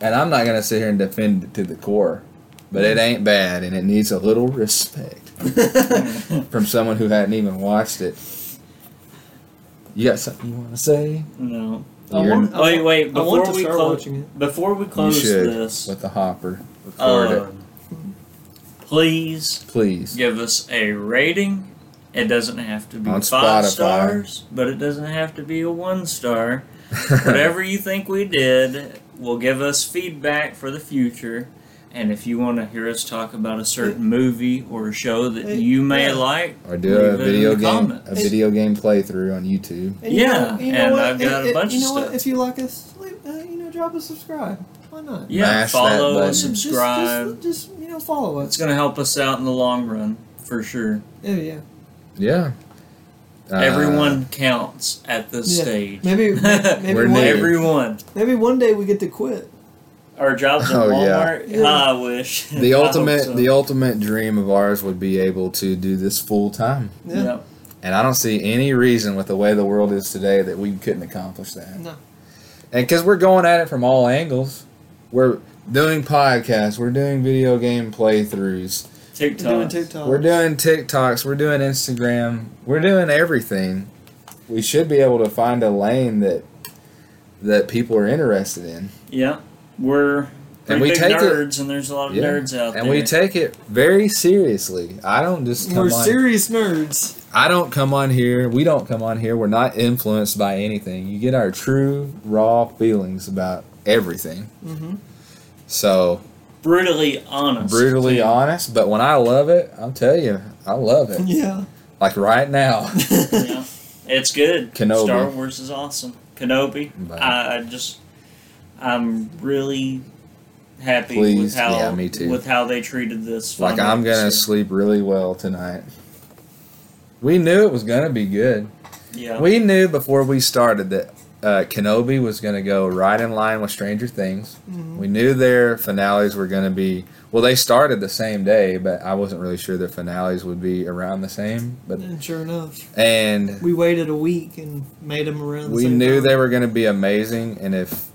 [SPEAKER 1] and I'm not gonna sit here and defend it to the core, but it ain't bad, and it needs a little respect from someone who hadn't even watched it. You got something you want to say?
[SPEAKER 4] No.
[SPEAKER 3] I
[SPEAKER 1] You're-
[SPEAKER 3] want, I
[SPEAKER 2] Wait,
[SPEAKER 3] want-
[SPEAKER 2] wait,
[SPEAKER 3] I want to
[SPEAKER 2] before we
[SPEAKER 3] start
[SPEAKER 2] close-
[SPEAKER 3] watching it.
[SPEAKER 2] Before we
[SPEAKER 1] You
[SPEAKER 2] close
[SPEAKER 1] should
[SPEAKER 2] this,
[SPEAKER 1] with the hopper. Record it,
[SPEAKER 2] um, please
[SPEAKER 1] please.
[SPEAKER 2] give us a rating. It doesn't have to be
[SPEAKER 1] On
[SPEAKER 2] five
[SPEAKER 1] Spotify.
[SPEAKER 2] stars, but it doesn't have to be a one star. Whatever you think we did will give us feedback for the future. And if you want to hear us talk about a certain movie or a show that
[SPEAKER 3] Hey,
[SPEAKER 2] you may
[SPEAKER 3] yeah.
[SPEAKER 2] like,
[SPEAKER 1] or do
[SPEAKER 2] leave it
[SPEAKER 1] a
[SPEAKER 2] in
[SPEAKER 1] video
[SPEAKER 2] the
[SPEAKER 1] game
[SPEAKER 2] comments.
[SPEAKER 1] a video game playthrough on YouTube.
[SPEAKER 3] And you
[SPEAKER 2] Yeah,
[SPEAKER 3] know- you know
[SPEAKER 2] and
[SPEAKER 3] what?
[SPEAKER 2] I've got
[SPEAKER 3] If-
[SPEAKER 2] a
[SPEAKER 3] if-
[SPEAKER 2] bunch
[SPEAKER 3] You
[SPEAKER 2] of
[SPEAKER 3] know what?
[SPEAKER 2] stuff.
[SPEAKER 3] If you like us, leave, uh, you know, drop a subscribe. Why not?
[SPEAKER 2] yeah,
[SPEAKER 1] Mash that button.
[SPEAKER 2] follow and
[SPEAKER 1] Just-
[SPEAKER 3] Just-
[SPEAKER 2] subscribe.
[SPEAKER 3] Just, just, you know, follow
[SPEAKER 2] It's
[SPEAKER 3] us.
[SPEAKER 2] going to help us out in the long run, for sure.
[SPEAKER 3] Yeah, yeah.
[SPEAKER 1] Yeah. Uh,
[SPEAKER 2] Everyone counts at this
[SPEAKER 3] Yeah.
[SPEAKER 2] stage.
[SPEAKER 3] Maybe, maybe,
[SPEAKER 1] We're
[SPEAKER 3] one,
[SPEAKER 1] new.
[SPEAKER 3] day-
[SPEAKER 2] Everyone.
[SPEAKER 3] maybe one day we get to quit.
[SPEAKER 2] Our jobs at
[SPEAKER 1] Oh, yeah.
[SPEAKER 2] Walmart.
[SPEAKER 3] Yeah.
[SPEAKER 2] I wish.
[SPEAKER 1] the
[SPEAKER 2] I hope
[SPEAKER 1] ultimate
[SPEAKER 2] so.
[SPEAKER 1] the ultimate dream of ours would be able to do this full time.
[SPEAKER 3] Yeah.
[SPEAKER 2] Yeah.
[SPEAKER 1] And I don't see any reason with the way the world is today that we couldn't accomplish that.
[SPEAKER 3] No.
[SPEAKER 1] And because we're going at it from all angles, we're doing podcasts, we're doing video game playthroughs,
[SPEAKER 3] We're doing
[SPEAKER 2] TikTok.
[SPEAKER 3] TikTok.
[SPEAKER 1] we're doing TikToks, we're doing Instagram, we're doing everything. We should be able to find a lane that that people are interested in,
[SPEAKER 2] Yeah. We're pretty
[SPEAKER 1] we
[SPEAKER 2] big
[SPEAKER 1] take it-
[SPEAKER 2] nerds, and there's a lot of
[SPEAKER 1] Yeah.
[SPEAKER 2] nerds out there.
[SPEAKER 1] and we take it very seriously. I don't just come
[SPEAKER 3] We're
[SPEAKER 1] on.
[SPEAKER 3] serious nerds.
[SPEAKER 1] I don't come on here. We don't come on here. We're not influenced by anything. You get our true raw feelings about everything.
[SPEAKER 3] hmm
[SPEAKER 1] So
[SPEAKER 2] brutally honest.
[SPEAKER 1] brutally
[SPEAKER 2] too.
[SPEAKER 1] honest, but when I love it, I'll tell you, I love it.
[SPEAKER 3] Yeah.
[SPEAKER 1] Like right now.
[SPEAKER 2] yeah. It's good.
[SPEAKER 1] Kenobi.
[SPEAKER 2] Star Wars is awesome. Kenobi.
[SPEAKER 1] But-
[SPEAKER 2] I, I just, I'm really happy
[SPEAKER 1] Pleased.
[SPEAKER 2] with how
[SPEAKER 1] Yeah, me too.
[SPEAKER 2] with how they treated this.
[SPEAKER 1] like
[SPEAKER 2] final
[SPEAKER 1] I'm gonna
[SPEAKER 2] episode.
[SPEAKER 1] sleep really well tonight. We knew it was gonna be good.
[SPEAKER 2] Yeah.
[SPEAKER 1] We knew before we started that uh, Kenobi was gonna go right in line with Stranger Things.
[SPEAKER 3] hmm
[SPEAKER 1] We knew their finales were going to be well. They started the same day, but I wasn't really sure their finales would be around the same. But
[SPEAKER 3] And sure enough,
[SPEAKER 1] and
[SPEAKER 3] we waited a week and made them around. The
[SPEAKER 1] we
[SPEAKER 3] same
[SPEAKER 1] knew
[SPEAKER 3] time.
[SPEAKER 1] they were going to be amazing. And if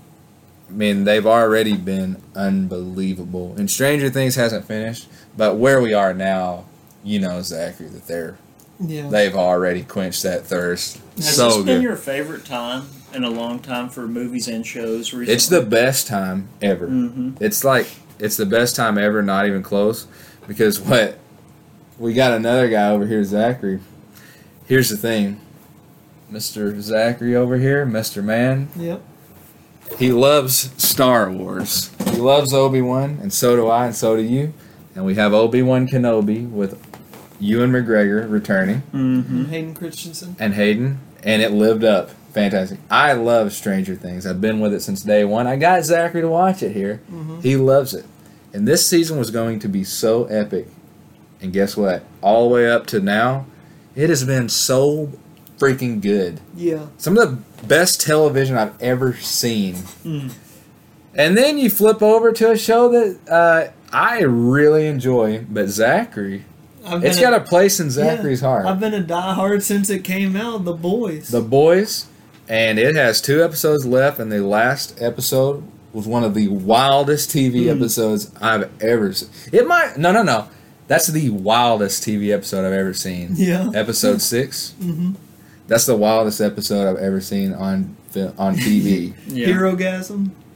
[SPEAKER 1] I mean they've already been unbelievable. And Stranger Things hasn't finished, but where we are now, you know, Zachary, that they're
[SPEAKER 3] Yeah.
[SPEAKER 1] they've already quenched that thirst
[SPEAKER 2] Has
[SPEAKER 1] so
[SPEAKER 2] this been
[SPEAKER 1] good.
[SPEAKER 2] your favorite time in a long time for movies and shows recently?
[SPEAKER 1] it's the best time ever.
[SPEAKER 2] hmm
[SPEAKER 1] It's like it's the best time ever, not even close. Because what we got another guy over here, Zachary. Here's the thing. Mr. Zachary over here, Mr. Man,
[SPEAKER 3] Yep.
[SPEAKER 1] he loves Star Wars. He loves Obi Wan, and so do I, and so do you. And we have Obi Wan Kenobi with Ewan McGregor returning
[SPEAKER 2] hmm
[SPEAKER 3] Hayden Christensen.
[SPEAKER 1] and Hayden, and it lived up. Fantastic. I love Stranger Things. I've been with it since day one. I got Zachary to watch it here.
[SPEAKER 3] Mhm.
[SPEAKER 1] He loves it. And this season was going to be so epic. And guess what? All the way up to now, it has been so freaking good.
[SPEAKER 3] Yeah.
[SPEAKER 1] Some of the best television I've ever seen.
[SPEAKER 2] Mm.
[SPEAKER 1] And then you flip over to a show that uh, I really enjoy, but Zachary,
[SPEAKER 3] I've
[SPEAKER 1] it's
[SPEAKER 3] been
[SPEAKER 1] got a place in Zachary's heart.
[SPEAKER 3] I've been a diehard since it came out. The boys.
[SPEAKER 1] The Boys, and it has two episodes left, and the last episode was one of the wildest
[SPEAKER 3] Hmm.
[SPEAKER 1] TV episodes I've ever seen. It might no no no. That's the wildest TV episode I've ever seen.
[SPEAKER 3] yeah.
[SPEAKER 1] Episode six.
[SPEAKER 3] Mm-hmm.
[SPEAKER 1] That's the wildest episode I've ever seen on fil- on TV.
[SPEAKER 2] Yeah.
[SPEAKER 3] Hero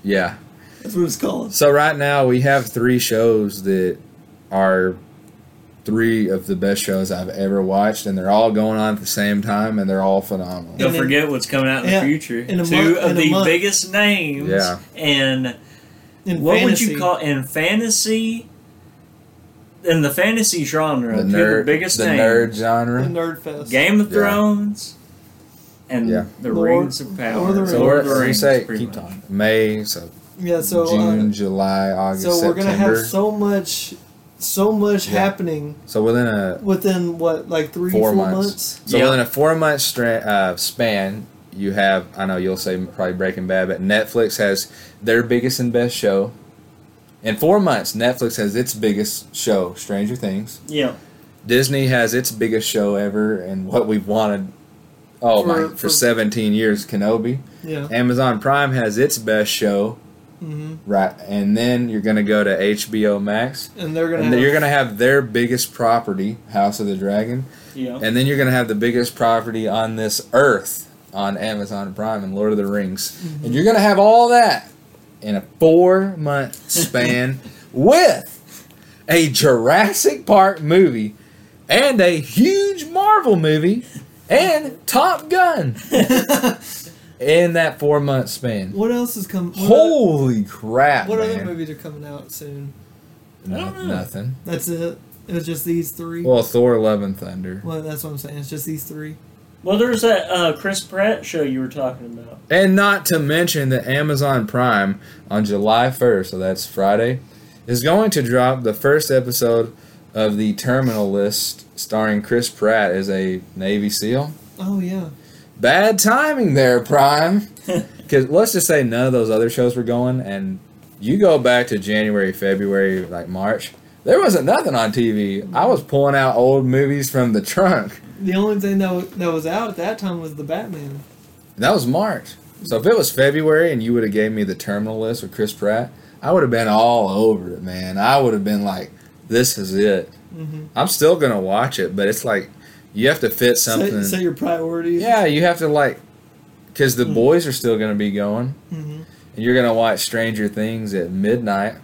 [SPEAKER 1] yeah.
[SPEAKER 3] That's what it's called.
[SPEAKER 1] So right now we have three shows that are three of the best shows I've ever watched, and they're all going on at the same time, and they're all phenomenal.
[SPEAKER 2] Don't
[SPEAKER 3] And then-
[SPEAKER 2] forget what's coming out in
[SPEAKER 3] Yeah,
[SPEAKER 2] the future.
[SPEAKER 3] in a
[SPEAKER 2] Two
[SPEAKER 3] month-
[SPEAKER 2] of
[SPEAKER 3] in a
[SPEAKER 2] the
[SPEAKER 3] month.
[SPEAKER 2] biggest names.
[SPEAKER 1] Yeah.
[SPEAKER 2] And
[SPEAKER 3] In
[SPEAKER 2] what would
[SPEAKER 3] fantasy.
[SPEAKER 2] you call in fantasy? In the fantasy genre,
[SPEAKER 1] The
[SPEAKER 2] two of
[SPEAKER 1] nerd,
[SPEAKER 2] the biggest
[SPEAKER 1] the
[SPEAKER 2] names:
[SPEAKER 1] nerd genre.
[SPEAKER 3] the Nerd Fest?
[SPEAKER 2] Game of
[SPEAKER 1] Yeah.
[SPEAKER 2] Thrones, and
[SPEAKER 1] Yeah.
[SPEAKER 2] the
[SPEAKER 3] Lord-
[SPEAKER 2] Rings of Power.
[SPEAKER 3] Lord of the
[SPEAKER 1] So
[SPEAKER 3] Lord
[SPEAKER 1] we're,
[SPEAKER 3] of the
[SPEAKER 1] so we
[SPEAKER 2] Rings,
[SPEAKER 1] say
[SPEAKER 2] pretty
[SPEAKER 1] keep
[SPEAKER 2] much.
[SPEAKER 1] talking. May, so,
[SPEAKER 3] Yeah. So.
[SPEAKER 1] June,
[SPEAKER 3] uh,
[SPEAKER 1] July, August,
[SPEAKER 3] so we're gonna
[SPEAKER 1] September.
[SPEAKER 3] have so much, so much
[SPEAKER 1] Yeah.
[SPEAKER 3] happening
[SPEAKER 1] so within a
[SPEAKER 3] within what like three,
[SPEAKER 1] Four
[SPEAKER 3] four,
[SPEAKER 1] months.
[SPEAKER 3] months.
[SPEAKER 1] so
[SPEAKER 2] Yeah.
[SPEAKER 1] within a four month stra- uh, span, you have I know you'll say probably Breaking Bad, but Netflix has their biggest and best show. In four months, Netflix has its biggest show, Stranger Things.
[SPEAKER 2] Yeah,
[SPEAKER 1] Disney has its biggest show ever, and what we've wanted. Oh my!
[SPEAKER 3] For-
[SPEAKER 1] For,
[SPEAKER 3] for-
[SPEAKER 1] seventeen years, Kenobi.
[SPEAKER 3] Yeah.
[SPEAKER 1] Amazon Prime has its best show,
[SPEAKER 3] Mm-hmm.
[SPEAKER 1] right? And then you're gonna go to HBO Max,
[SPEAKER 3] And they're gonna.
[SPEAKER 1] And
[SPEAKER 3] have,
[SPEAKER 1] then you're gonna have their biggest property, House of the Dragon,
[SPEAKER 2] yeah.
[SPEAKER 1] and then you're gonna have the biggest property on this earth, on Amazon Prime and Lord of the Rings.
[SPEAKER 3] Mm-hmm.
[SPEAKER 1] And you're going to have all that in a four month span with a Jurassic Park movie and a huge Marvel movie and Top Gun in that four month span.
[SPEAKER 3] What else is coming? What,
[SPEAKER 1] Holy crap!
[SPEAKER 3] other, what
[SPEAKER 1] man.
[SPEAKER 3] other movies are coming out soon?
[SPEAKER 1] No-
[SPEAKER 2] I don't know.
[SPEAKER 1] nothing.
[SPEAKER 3] That's it. It was just these three. Well,
[SPEAKER 1] Well, Thor: Love and Thunder,
[SPEAKER 3] that's what I'm saying. It's just these three.
[SPEAKER 2] Well, there's that uh, Chris Pratt show you were talking about.
[SPEAKER 1] and not to mention that Amazon Prime on July first, so that's Friday, is going to drop the first episode of the Terminal List, starring Chris Pratt as a Navy SEAL.
[SPEAKER 3] Oh yeah.
[SPEAKER 1] Bad timing there, Prime. Because let's just say none of those other shows were going, and you go back to January, February, like March, there wasn't nothing on TV. I was pulling out old movies from the trunk.
[SPEAKER 3] The only thing that, wa- that was out at that time was the Batman.
[SPEAKER 1] And that was March. So if it was February and you would have gave me the terminal list with Chris Pratt, I would have been all over it, man. I would have been like, this is it.
[SPEAKER 3] Mm-hmm.
[SPEAKER 1] I'm still going to watch it, but it's like you have to fit something.
[SPEAKER 3] Set, set your priorities.
[SPEAKER 1] yeah, you have to like, because the boys are still going to be going.
[SPEAKER 3] hmm
[SPEAKER 1] and you're gonna watch Stranger Things at midnight,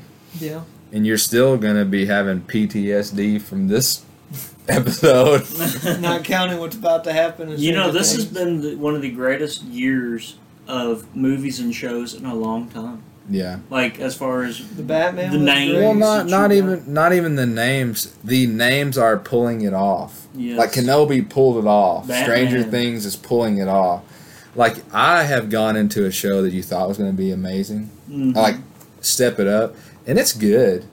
[SPEAKER 3] Yeah.
[SPEAKER 1] and you're still gonna be having PTSD from this episode.
[SPEAKER 3] Not counting what's about to happen. in
[SPEAKER 2] You know,
[SPEAKER 3] Stranger
[SPEAKER 2] this has
[SPEAKER 3] Things.
[SPEAKER 2] been the, one of the greatest years of movies and shows in a long time.
[SPEAKER 1] yeah.
[SPEAKER 2] Like as far as
[SPEAKER 3] the Batman.
[SPEAKER 2] the
[SPEAKER 3] was
[SPEAKER 2] name.
[SPEAKER 3] great.
[SPEAKER 1] Well,
[SPEAKER 2] Things
[SPEAKER 1] not
[SPEAKER 2] that
[SPEAKER 1] not
[SPEAKER 2] you
[SPEAKER 1] even not even the names. The names are pulling it off.
[SPEAKER 2] yes,
[SPEAKER 1] Like Kenobi pulled it off.
[SPEAKER 2] Batman.
[SPEAKER 1] Stranger Things is pulling it off. Like I have gone into a show that you thought was gonna be amazing.
[SPEAKER 2] Mhm.
[SPEAKER 1] I like step it up, and it's good.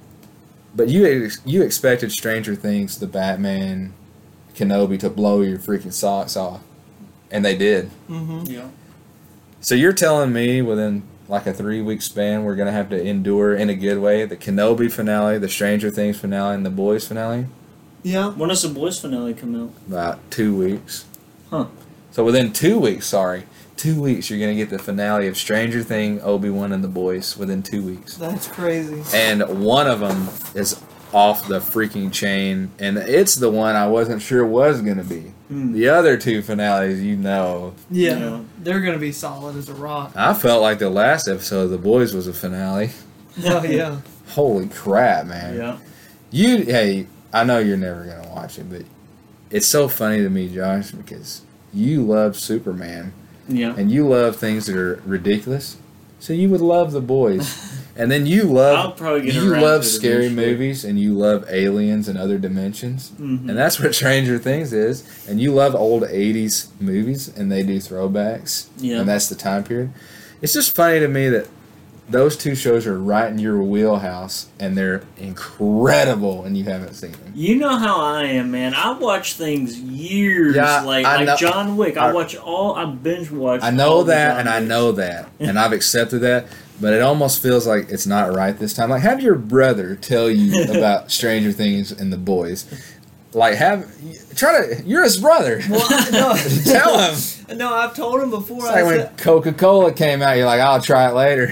[SPEAKER 1] But you ex- you expected Stranger Things, the Batman, Kenobi to blow your freaking socks off, and they did.
[SPEAKER 3] Mhm.
[SPEAKER 2] yeah.
[SPEAKER 1] So you're telling me within like a three week span, we're gonna have to endure in a good way the Kenobi finale, the Stranger Things finale, and the Boys finale
[SPEAKER 3] Yeah.
[SPEAKER 2] When does the boys finale come out?
[SPEAKER 1] about two weeks.
[SPEAKER 2] Huh.
[SPEAKER 1] So within two weeks, sorry, two weeks, you're gonna get the finale of Stranger Thing, Obi Wan, and the Boys within two weeks.
[SPEAKER 3] That's crazy.
[SPEAKER 1] and one of them is off the freaking chain, and it's the one I wasn't sure was gonna be.
[SPEAKER 2] Hmm.
[SPEAKER 1] The other two finales, you know,
[SPEAKER 3] Yeah.
[SPEAKER 2] Yeah.
[SPEAKER 3] They're gonna be solid as a rock.
[SPEAKER 1] I felt like the last episode of The Boys was a finale.
[SPEAKER 3] Oh yeah.
[SPEAKER 1] Holy crap, man!
[SPEAKER 2] Yeah.
[SPEAKER 1] You, hey, I know you're never gonna watch it, but it's so funny to me, Josh, because you love Superman
[SPEAKER 2] Yeah.
[SPEAKER 1] and you love things that are ridiculous, so you would love The Boys, and then you love
[SPEAKER 2] I'll probably get
[SPEAKER 1] you
[SPEAKER 2] around
[SPEAKER 1] love
[SPEAKER 2] to it
[SPEAKER 1] scary
[SPEAKER 2] eventually.
[SPEAKER 1] movies and you love aliens and other dimensions
[SPEAKER 2] Mhm.
[SPEAKER 1] and that's what stranger things is and you love old 80s movies and they do throwbacks
[SPEAKER 2] Yeah.
[SPEAKER 1] and that's the time period it's just funny to me that those two shows are right in your wheelhouse and they're incredible and you haven't seen them
[SPEAKER 2] You know how I am, man. I watch things years
[SPEAKER 1] Yeah,
[SPEAKER 2] late,
[SPEAKER 1] I
[SPEAKER 2] like
[SPEAKER 1] know-
[SPEAKER 2] John Wick. I,
[SPEAKER 1] I-
[SPEAKER 2] watch all. I binge watch.
[SPEAKER 1] i
[SPEAKER 2] all
[SPEAKER 1] know
[SPEAKER 2] the
[SPEAKER 1] that
[SPEAKER 2] John
[SPEAKER 1] and i
[SPEAKER 2] Wicks.
[SPEAKER 1] know that and i've accepted that but it almost feels like it's not right this time like have your brother tell you about stranger things and the boys like have try to you're his brother
[SPEAKER 3] Well, I-
[SPEAKER 1] Tell him.
[SPEAKER 3] no, no, I've told him before.
[SPEAKER 1] It's
[SPEAKER 3] I
[SPEAKER 1] like when
[SPEAKER 3] said,
[SPEAKER 1] Coca Cola came out, you're like, I'll try it later.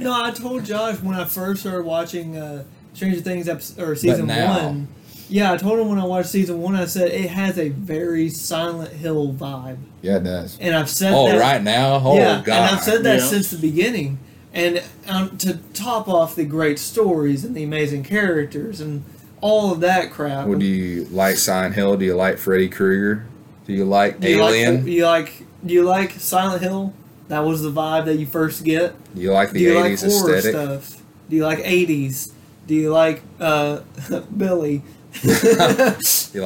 [SPEAKER 3] no, I told Josh when I first started watching uh, Stranger Things episode, or season
[SPEAKER 1] now-
[SPEAKER 3] one. Yeah, I told him when I watched season one. I said it has a very Silent Hill vibe,
[SPEAKER 1] Yeah, it does.
[SPEAKER 3] and I've said
[SPEAKER 1] Oh,
[SPEAKER 3] that.
[SPEAKER 1] right now? Oh,
[SPEAKER 3] yeah,
[SPEAKER 1] God.
[SPEAKER 3] and I've said that
[SPEAKER 2] Yeah.
[SPEAKER 3] since the beginning. And um, to top off the great stories and the amazing characters and all of that crap.
[SPEAKER 1] Well, do you like Silent Hill? Do you like Freddy Krueger? Do you like
[SPEAKER 3] Do you
[SPEAKER 1] Alien?
[SPEAKER 3] Like, you like? Do you like Silent Hill? That was the vibe that you first get.
[SPEAKER 1] do you like
[SPEAKER 3] Do
[SPEAKER 1] the
[SPEAKER 3] you
[SPEAKER 1] 80s
[SPEAKER 3] like horror
[SPEAKER 1] aesthetic?
[SPEAKER 3] stuff? Do you like 80s? Do you like uh, Billy?
[SPEAKER 1] Do you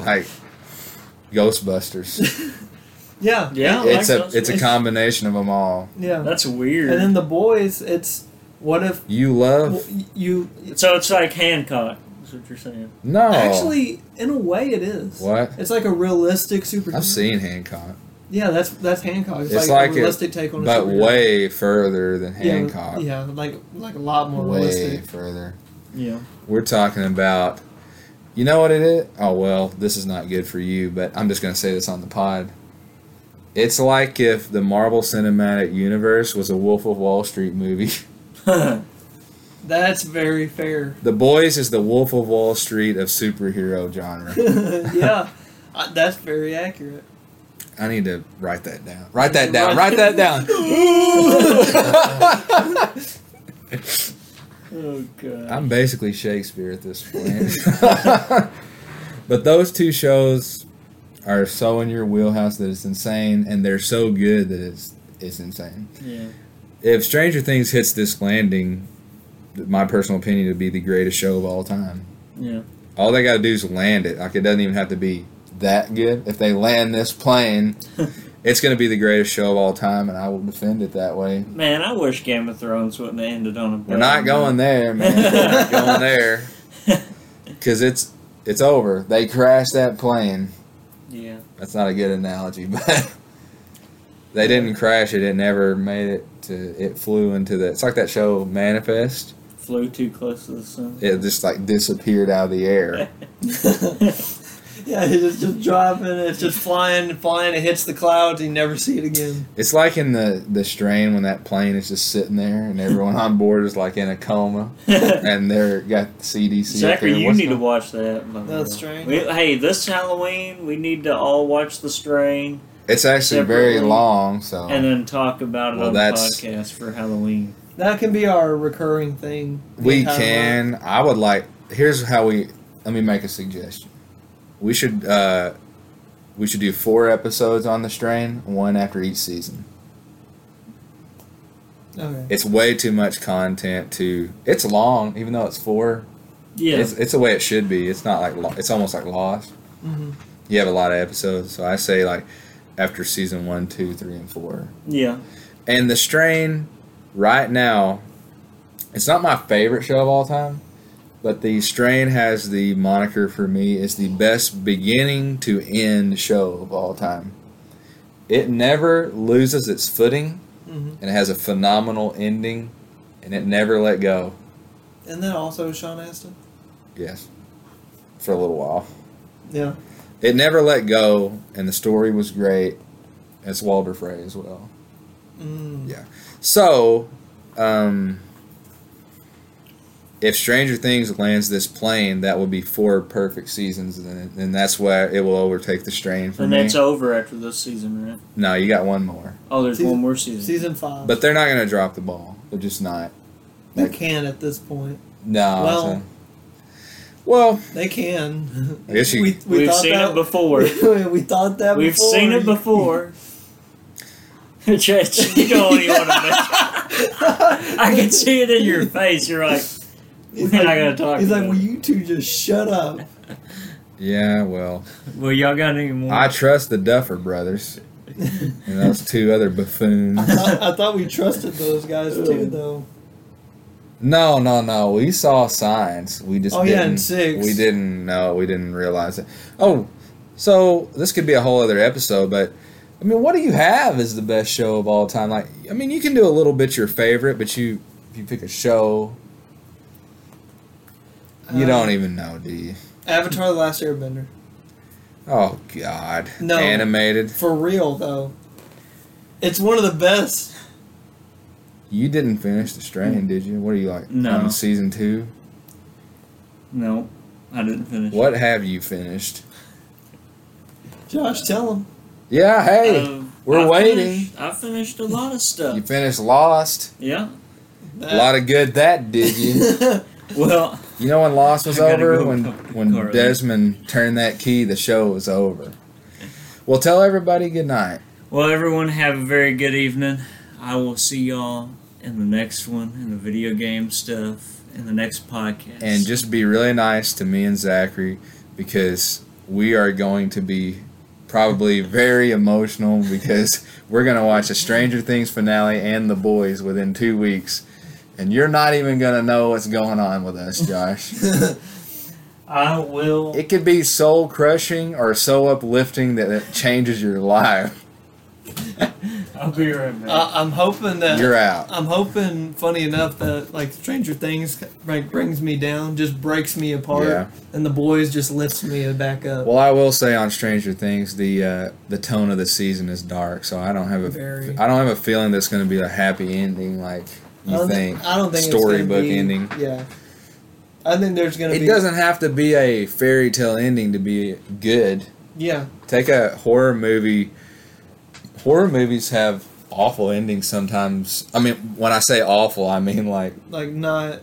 [SPEAKER 1] like Ghostbusters?
[SPEAKER 3] yeah,
[SPEAKER 2] Yeah, I like
[SPEAKER 1] it's a
[SPEAKER 2] those.
[SPEAKER 1] it's a combination of them all.
[SPEAKER 3] yeah.
[SPEAKER 2] That's weird.
[SPEAKER 3] And then the boys, it's what if
[SPEAKER 1] You love?
[SPEAKER 3] w- you
[SPEAKER 2] so it's like Hancock. Is what you're saying?
[SPEAKER 1] no.
[SPEAKER 3] actually, in a way, it is.
[SPEAKER 1] Oh. What?
[SPEAKER 3] It's like a realistic super.
[SPEAKER 1] I've seen Hancock,
[SPEAKER 3] Yeah, that's that's Hancock. It's,
[SPEAKER 1] It's
[SPEAKER 3] like,
[SPEAKER 1] like
[SPEAKER 3] a
[SPEAKER 1] it,
[SPEAKER 3] realistic take on a
[SPEAKER 1] but
[SPEAKER 3] superhero.
[SPEAKER 1] way further than
[SPEAKER 3] yeah,
[SPEAKER 1] Hancock.
[SPEAKER 3] Yeah, like like a lot more
[SPEAKER 1] way
[SPEAKER 3] realistic.
[SPEAKER 1] further.
[SPEAKER 2] Yeah.
[SPEAKER 1] We're talking about, you know what it is? Oh, well, this is not good for you, but I'm just going to say this on the pod. It's like if the Marvel Cinematic Universe was a Wolf of Wall Street movie.
[SPEAKER 2] Oh,
[SPEAKER 3] That's very fair.
[SPEAKER 1] The Boys is the Wolf of Wall Street of superhero genre.
[SPEAKER 3] yeah, I, that's very accurate.
[SPEAKER 1] I need to write that down. Write that
[SPEAKER 3] to
[SPEAKER 1] down. Write that
[SPEAKER 3] write-
[SPEAKER 1] down.
[SPEAKER 2] Oh god.
[SPEAKER 1] I'm basically Shakespeare at this point. but those two shows are so in your wheelhouse that it's insane, and they're so good that it's it's insane.
[SPEAKER 2] Yeah.
[SPEAKER 1] If Stranger Things hits this landing, my personal opinion would be the greatest show of all time.
[SPEAKER 2] Yeah.
[SPEAKER 1] All they got to do is land it. Like it doesn't even have to be that good. If they land this plane, it's going to be the greatest show of all time, and I will defend it that way.
[SPEAKER 2] Man, I wish Game of Thrones wouldn't have ended on a.
[SPEAKER 1] We're not going there, man. We're not going there because it's it's over. They crashed that plane.
[SPEAKER 2] Yeah.
[SPEAKER 1] That's not a good analogy, but they didn't crash it. It never made it to. It flew into the. It's like that show Manifest.
[SPEAKER 2] Flew too close to the sun.
[SPEAKER 1] It just like disappeared out of the air.
[SPEAKER 3] yeah, it's just dropping. It's just flying, flying. It hits the clouds. You never see it again.
[SPEAKER 1] It's like in the the strain when that plane is just sitting there and everyone on board is like in a coma and they're got CDC. up
[SPEAKER 2] Zachary,
[SPEAKER 1] there.
[SPEAKER 2] you
[SPEAKER 1] What's
[SPEAKER 2] need to
[SPEAKER 1] going-
[SPEAKER 2] watch that. by the
[SPEAKER 3] That's
[SPEAKER 2] way.
[SPEAKER 3] strange.
[SPEAKER 2] We, hey, this Halloween, we need to all watch The Strain
[SPEAKER 1] It's actually very
[SPEAKER 2] separately.
[SPEAKER 1] long, so
[SPEAKER 2] and then talk about it
[SPEAKER 1] Oh. Well,
[SPEAKER 2] on the
[SPEAKER 1] that's-
[SPEAKER 2] podcast for Halloween.
[SPEAKER 3] That can be our recurring thing. the
[SPEAKER 1] We
[SPEAKER 3] entire
[SPEAKER 1] can.
[SPEAKER 3] month.
[SPEAKER 1] I would like. Here's how we. Let me make a suggestion. We should. uh We should do four episodes on the strain, one after each season.
[SPEAKER 3] Okay.
[SPEAKER 1] It's way too much content to. It's long, even though it's four.
[SPEAKER 2] Yeah.
[SPEAKER 1] It's it's the way it should be. It's not like lo- it's almost like Lost.
[SPEAKER 3] Mhm.
[SPEAKER 1] You have a lot of episodes, so I say like after season one, two, three, and four.
[SPEAKER 2] yeah.
[SPEAKER 1] And the strain right now, it's not my favorite show of all time, but the strain has the moniker for me is the best beginning to end show of all time. It never loses its footing
[SPEAKER 3] Mhm.
[SPEAKER 1] and it has a phenomenal ending and it never let go.
[SPEAKER 3] And then also Sean Astin.
[SPEAKER 1] Yes. For a little while.
[SPEAKER 3] Yeah.
[SPEAKER 1] It never let go and the story was great. It's Walter Frey as well.
[SPEAKER 3] Mm.
[SPEAKER 1] So, um, if Stranger Things lands this plane, that would be four perfect seasons, and, and that's where it will overtake the strain for
[SPEAKER 2] And
[SPEAKER 1] me.
[SPEAKER 2] that's over after this season, right?
[SPEAKER 1] no, you got one more,
[SPEAKER 2] Oh, there's
[SPEAKER 3] Season-
[SPEAKER 2] one more season.
[SPEAKER 3] Season five.
[SPEAKER 1] but they're not going to drop the ball. They're just not.
[SPEAKER 3] they can at this point.
[SPEAKER 1] No.
[SPEAKER 3] Well-
[SPEAKER 1] so- well,
[SPEAKER 3] They can.
[SPEAKER 1] I guess you-
[SPEAKER 3] We, we
[SPEAKER 2] we have
[SPEAKER 3] thought
[SPEAKER 2] seen
[SPEAKER 3] that,
[SPEAKER 2] it before.
[SPEAKER 3] before. we thought that
[SPEAKER 2] We've
[SPEAKER 3] before.
[SPEAKER 2] seen it before. Chad, you don't even want to mention. I can see it in your face. You're like,
[SPEAKER 3] He's
[SPEAKER 2] We're
[SPEAKER 3] like,
[SPEAKER 2] not gonna talk
[SPEAKER 3] He's like,
[SPEAKER 2] about
[SPEAKER 3] will
[SPEAKER 2] it."
[SPEAKER 3] you two just shut up?
[SPEAKER 1] yeah, well,
[SPEAKER 2] well, y'all got any more?
[SPEAKER 1] I trust the Duffer brothers and those two other buffoons.
[SPEAKER 3] I thought, I thought we trusted those guys too, though.
[SPEAKER 1] No, no, no. We saw signs. We just
[SPEAKER 3] Oh,
[SPEAKER 1] didn't,
[SPEAKER 3] yeah, in six.
[SPEAKER 1] We didn't know. We didn't realize it. Oh, so this could be a whole other episode, but I mean, what do you have as the best show of all time? Like, I mean, you can do a little bit your favorite, but you if you pick a show, you
[SPEAKER 3] Uh,
[SPEAKER 1] don't e- even know, do you?
[SPEAKER 3] Avatar: The Last Airbender.
[SPEAKER 1] Oh God,
[SPEAKER 3] No.
[SPEAKER 1] animated.
[SPEAKER 3] For real, though, it's one of the best.
[SPEAKER 1] You didn't finish the strain, did you? What are you like?
[SPEAKER 2] No.
[SPEAKER 1] on season two.
[SPEAKER 2] no, I didn't finish.
[SPEAKER 1] What have you finished?
[SPEAKER 3] Josh, tell him.
[SPEAKER 1] Yeah, hey,
[SPEAKER 3] Uh,
[SPEAKER 2] Um,
[SPEAKER 1] we're
[SPEAKER 2] I
[SPEAKER 1] waiting.
[SPEAKER 2] Finished, I finished a lot of
[SPEAKER 1] you
[SPEAKER 2] stuff.
[SPEAKER 1] finished Lost.
[SPEAKER 2] Yeah.
[SPEAKER 3] uh,
[SPEAKER 1] A lot of good that did you.
[SPEAKER 2] Well,
[SPEAKER 1] You know when Lost was
[SPEAKER 2] I gotta
[SPEAKER 1] over?
[SPEAKER 2] go
[SPEAKER 1] When
[SPEAKER 2] talk to
[SPEAKER 1] when
[SPEAKER 2] Carly.
[SPEAKER 1] Desmond turned that key, the show was over. Well, tell everybody good night.
[SPEAKER 2] well, everyone have a very good evening. I will see y'all in the next one, in the video game stuff, in the next podcast.
[SPEAKER 1] And just be really nice to me and Zachary because we are going to be probably very emotional because we're going to watch a Stranger Things finale and The Boys within two weeks. And you're not even going to know what's going on with us, Josh.
[SPEAKER 2] I will.
[SPEAKER 1] it could be soul crushing or so uplifting that it changes your life.
[SPEAKER 2] I'll be right back.
[SPEAKER 3] Uh, I'm hoping that
[SPEAKER 1] You're out.
[SPEAKER 3] I'm hoping, funny enough, that like Stranger Things like brings me down, just breaks me apart,
[SPEAKER 1] Yeah.
[SPEAKER 3] and the boys just lifts me back up.
[SPEAKER 1] Well, I will say on Stranger Things, the uh, the tone of the season is dark, so I don't have a
[SPEAKER 3] Very.
[SPEAKER 1] I don't have a feeling that's going to be a happy ending like
[SPEAKER 3] I
[SPEAKER 1] you
[SPEAKER 3] don't thi-
[SPEAKER 1] think.
[SPEAKER 3] I don't think it's gonna
[SPEAKER 1] storybook
[SPEAKER 3] be-
[SPEAKER 1] ending.
[SPEAKER 3] Yeah, I think there's gonna
[SPEAKER 1] It
[SPEAKER 3] be.
[SPEAKER 1] doesn't have to be a fairy tale ending to be good.
[SPEAKER 3] Yeah,
[SPEAKER 1] Take a horror movie horror movies have awful endings sometimes. I mean, when I say awful, I mean like
[SPEAKER 3] like not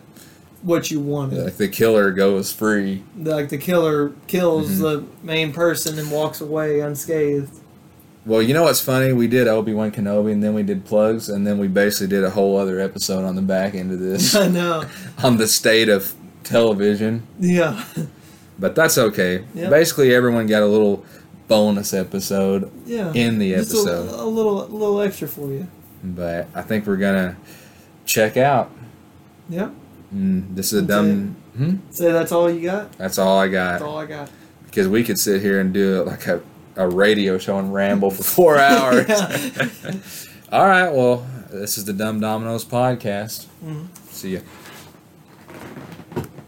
[SPEAKER 3] what you wanted.
[SPEAKER 1] like the killer goes free.
[SPEAKER 3] Like the killer kills
[SPEAKER 1] Mm-hmm.
[SPEAKER 3] the main person and walks away unscathed.
[SPEAKER 1] Well, you know what's funny? We did Obi Wan Kenobi, and then we did plugs, and then we basically did a whole other episode on the back end of this
[SPEAKER 3] I know.
[SPEAKER 1] on the state of television.
[SPEAKER 3] Yeah.
[SPEAKER 1] But that's okay.
[SPEAKER 3] Yeah.
[SPEAKER 1] Basically, everyone got a little bonus episode
[SPEAKER 3] Yeah.
[SPEAKER 1] in the
[SPEAKER 3] Just a-
[SPEAKER 1] episode.
[SPEAKER 3] A, little a little extra for you.
[SPEAKER 1] But I think we're gonna check out.
[SPEAKER 3] Yeah.
[SPEAKER 1] Mm, this is a
[SPEAKER 3] That's
[SPEAKER 1] dumb. Hmm?
[SPEAKER 3] Say that's all you got?
[SPEAKER 1] That's all I
[SPEAKER 3] That's
[SPEAKER 1] got.
[SPEAKER 3] all I got.
[SPEAKER 1] Because we could sit here and do it like a, a radio show and ramble for four hours.
[SPEAKER 3] Yeah.
[SPEAKER 1] all right. Well, this is the Dumb Dominoes podcast.
[SPEAKER 3] Mhm.
[SPEAKER 1] See ya.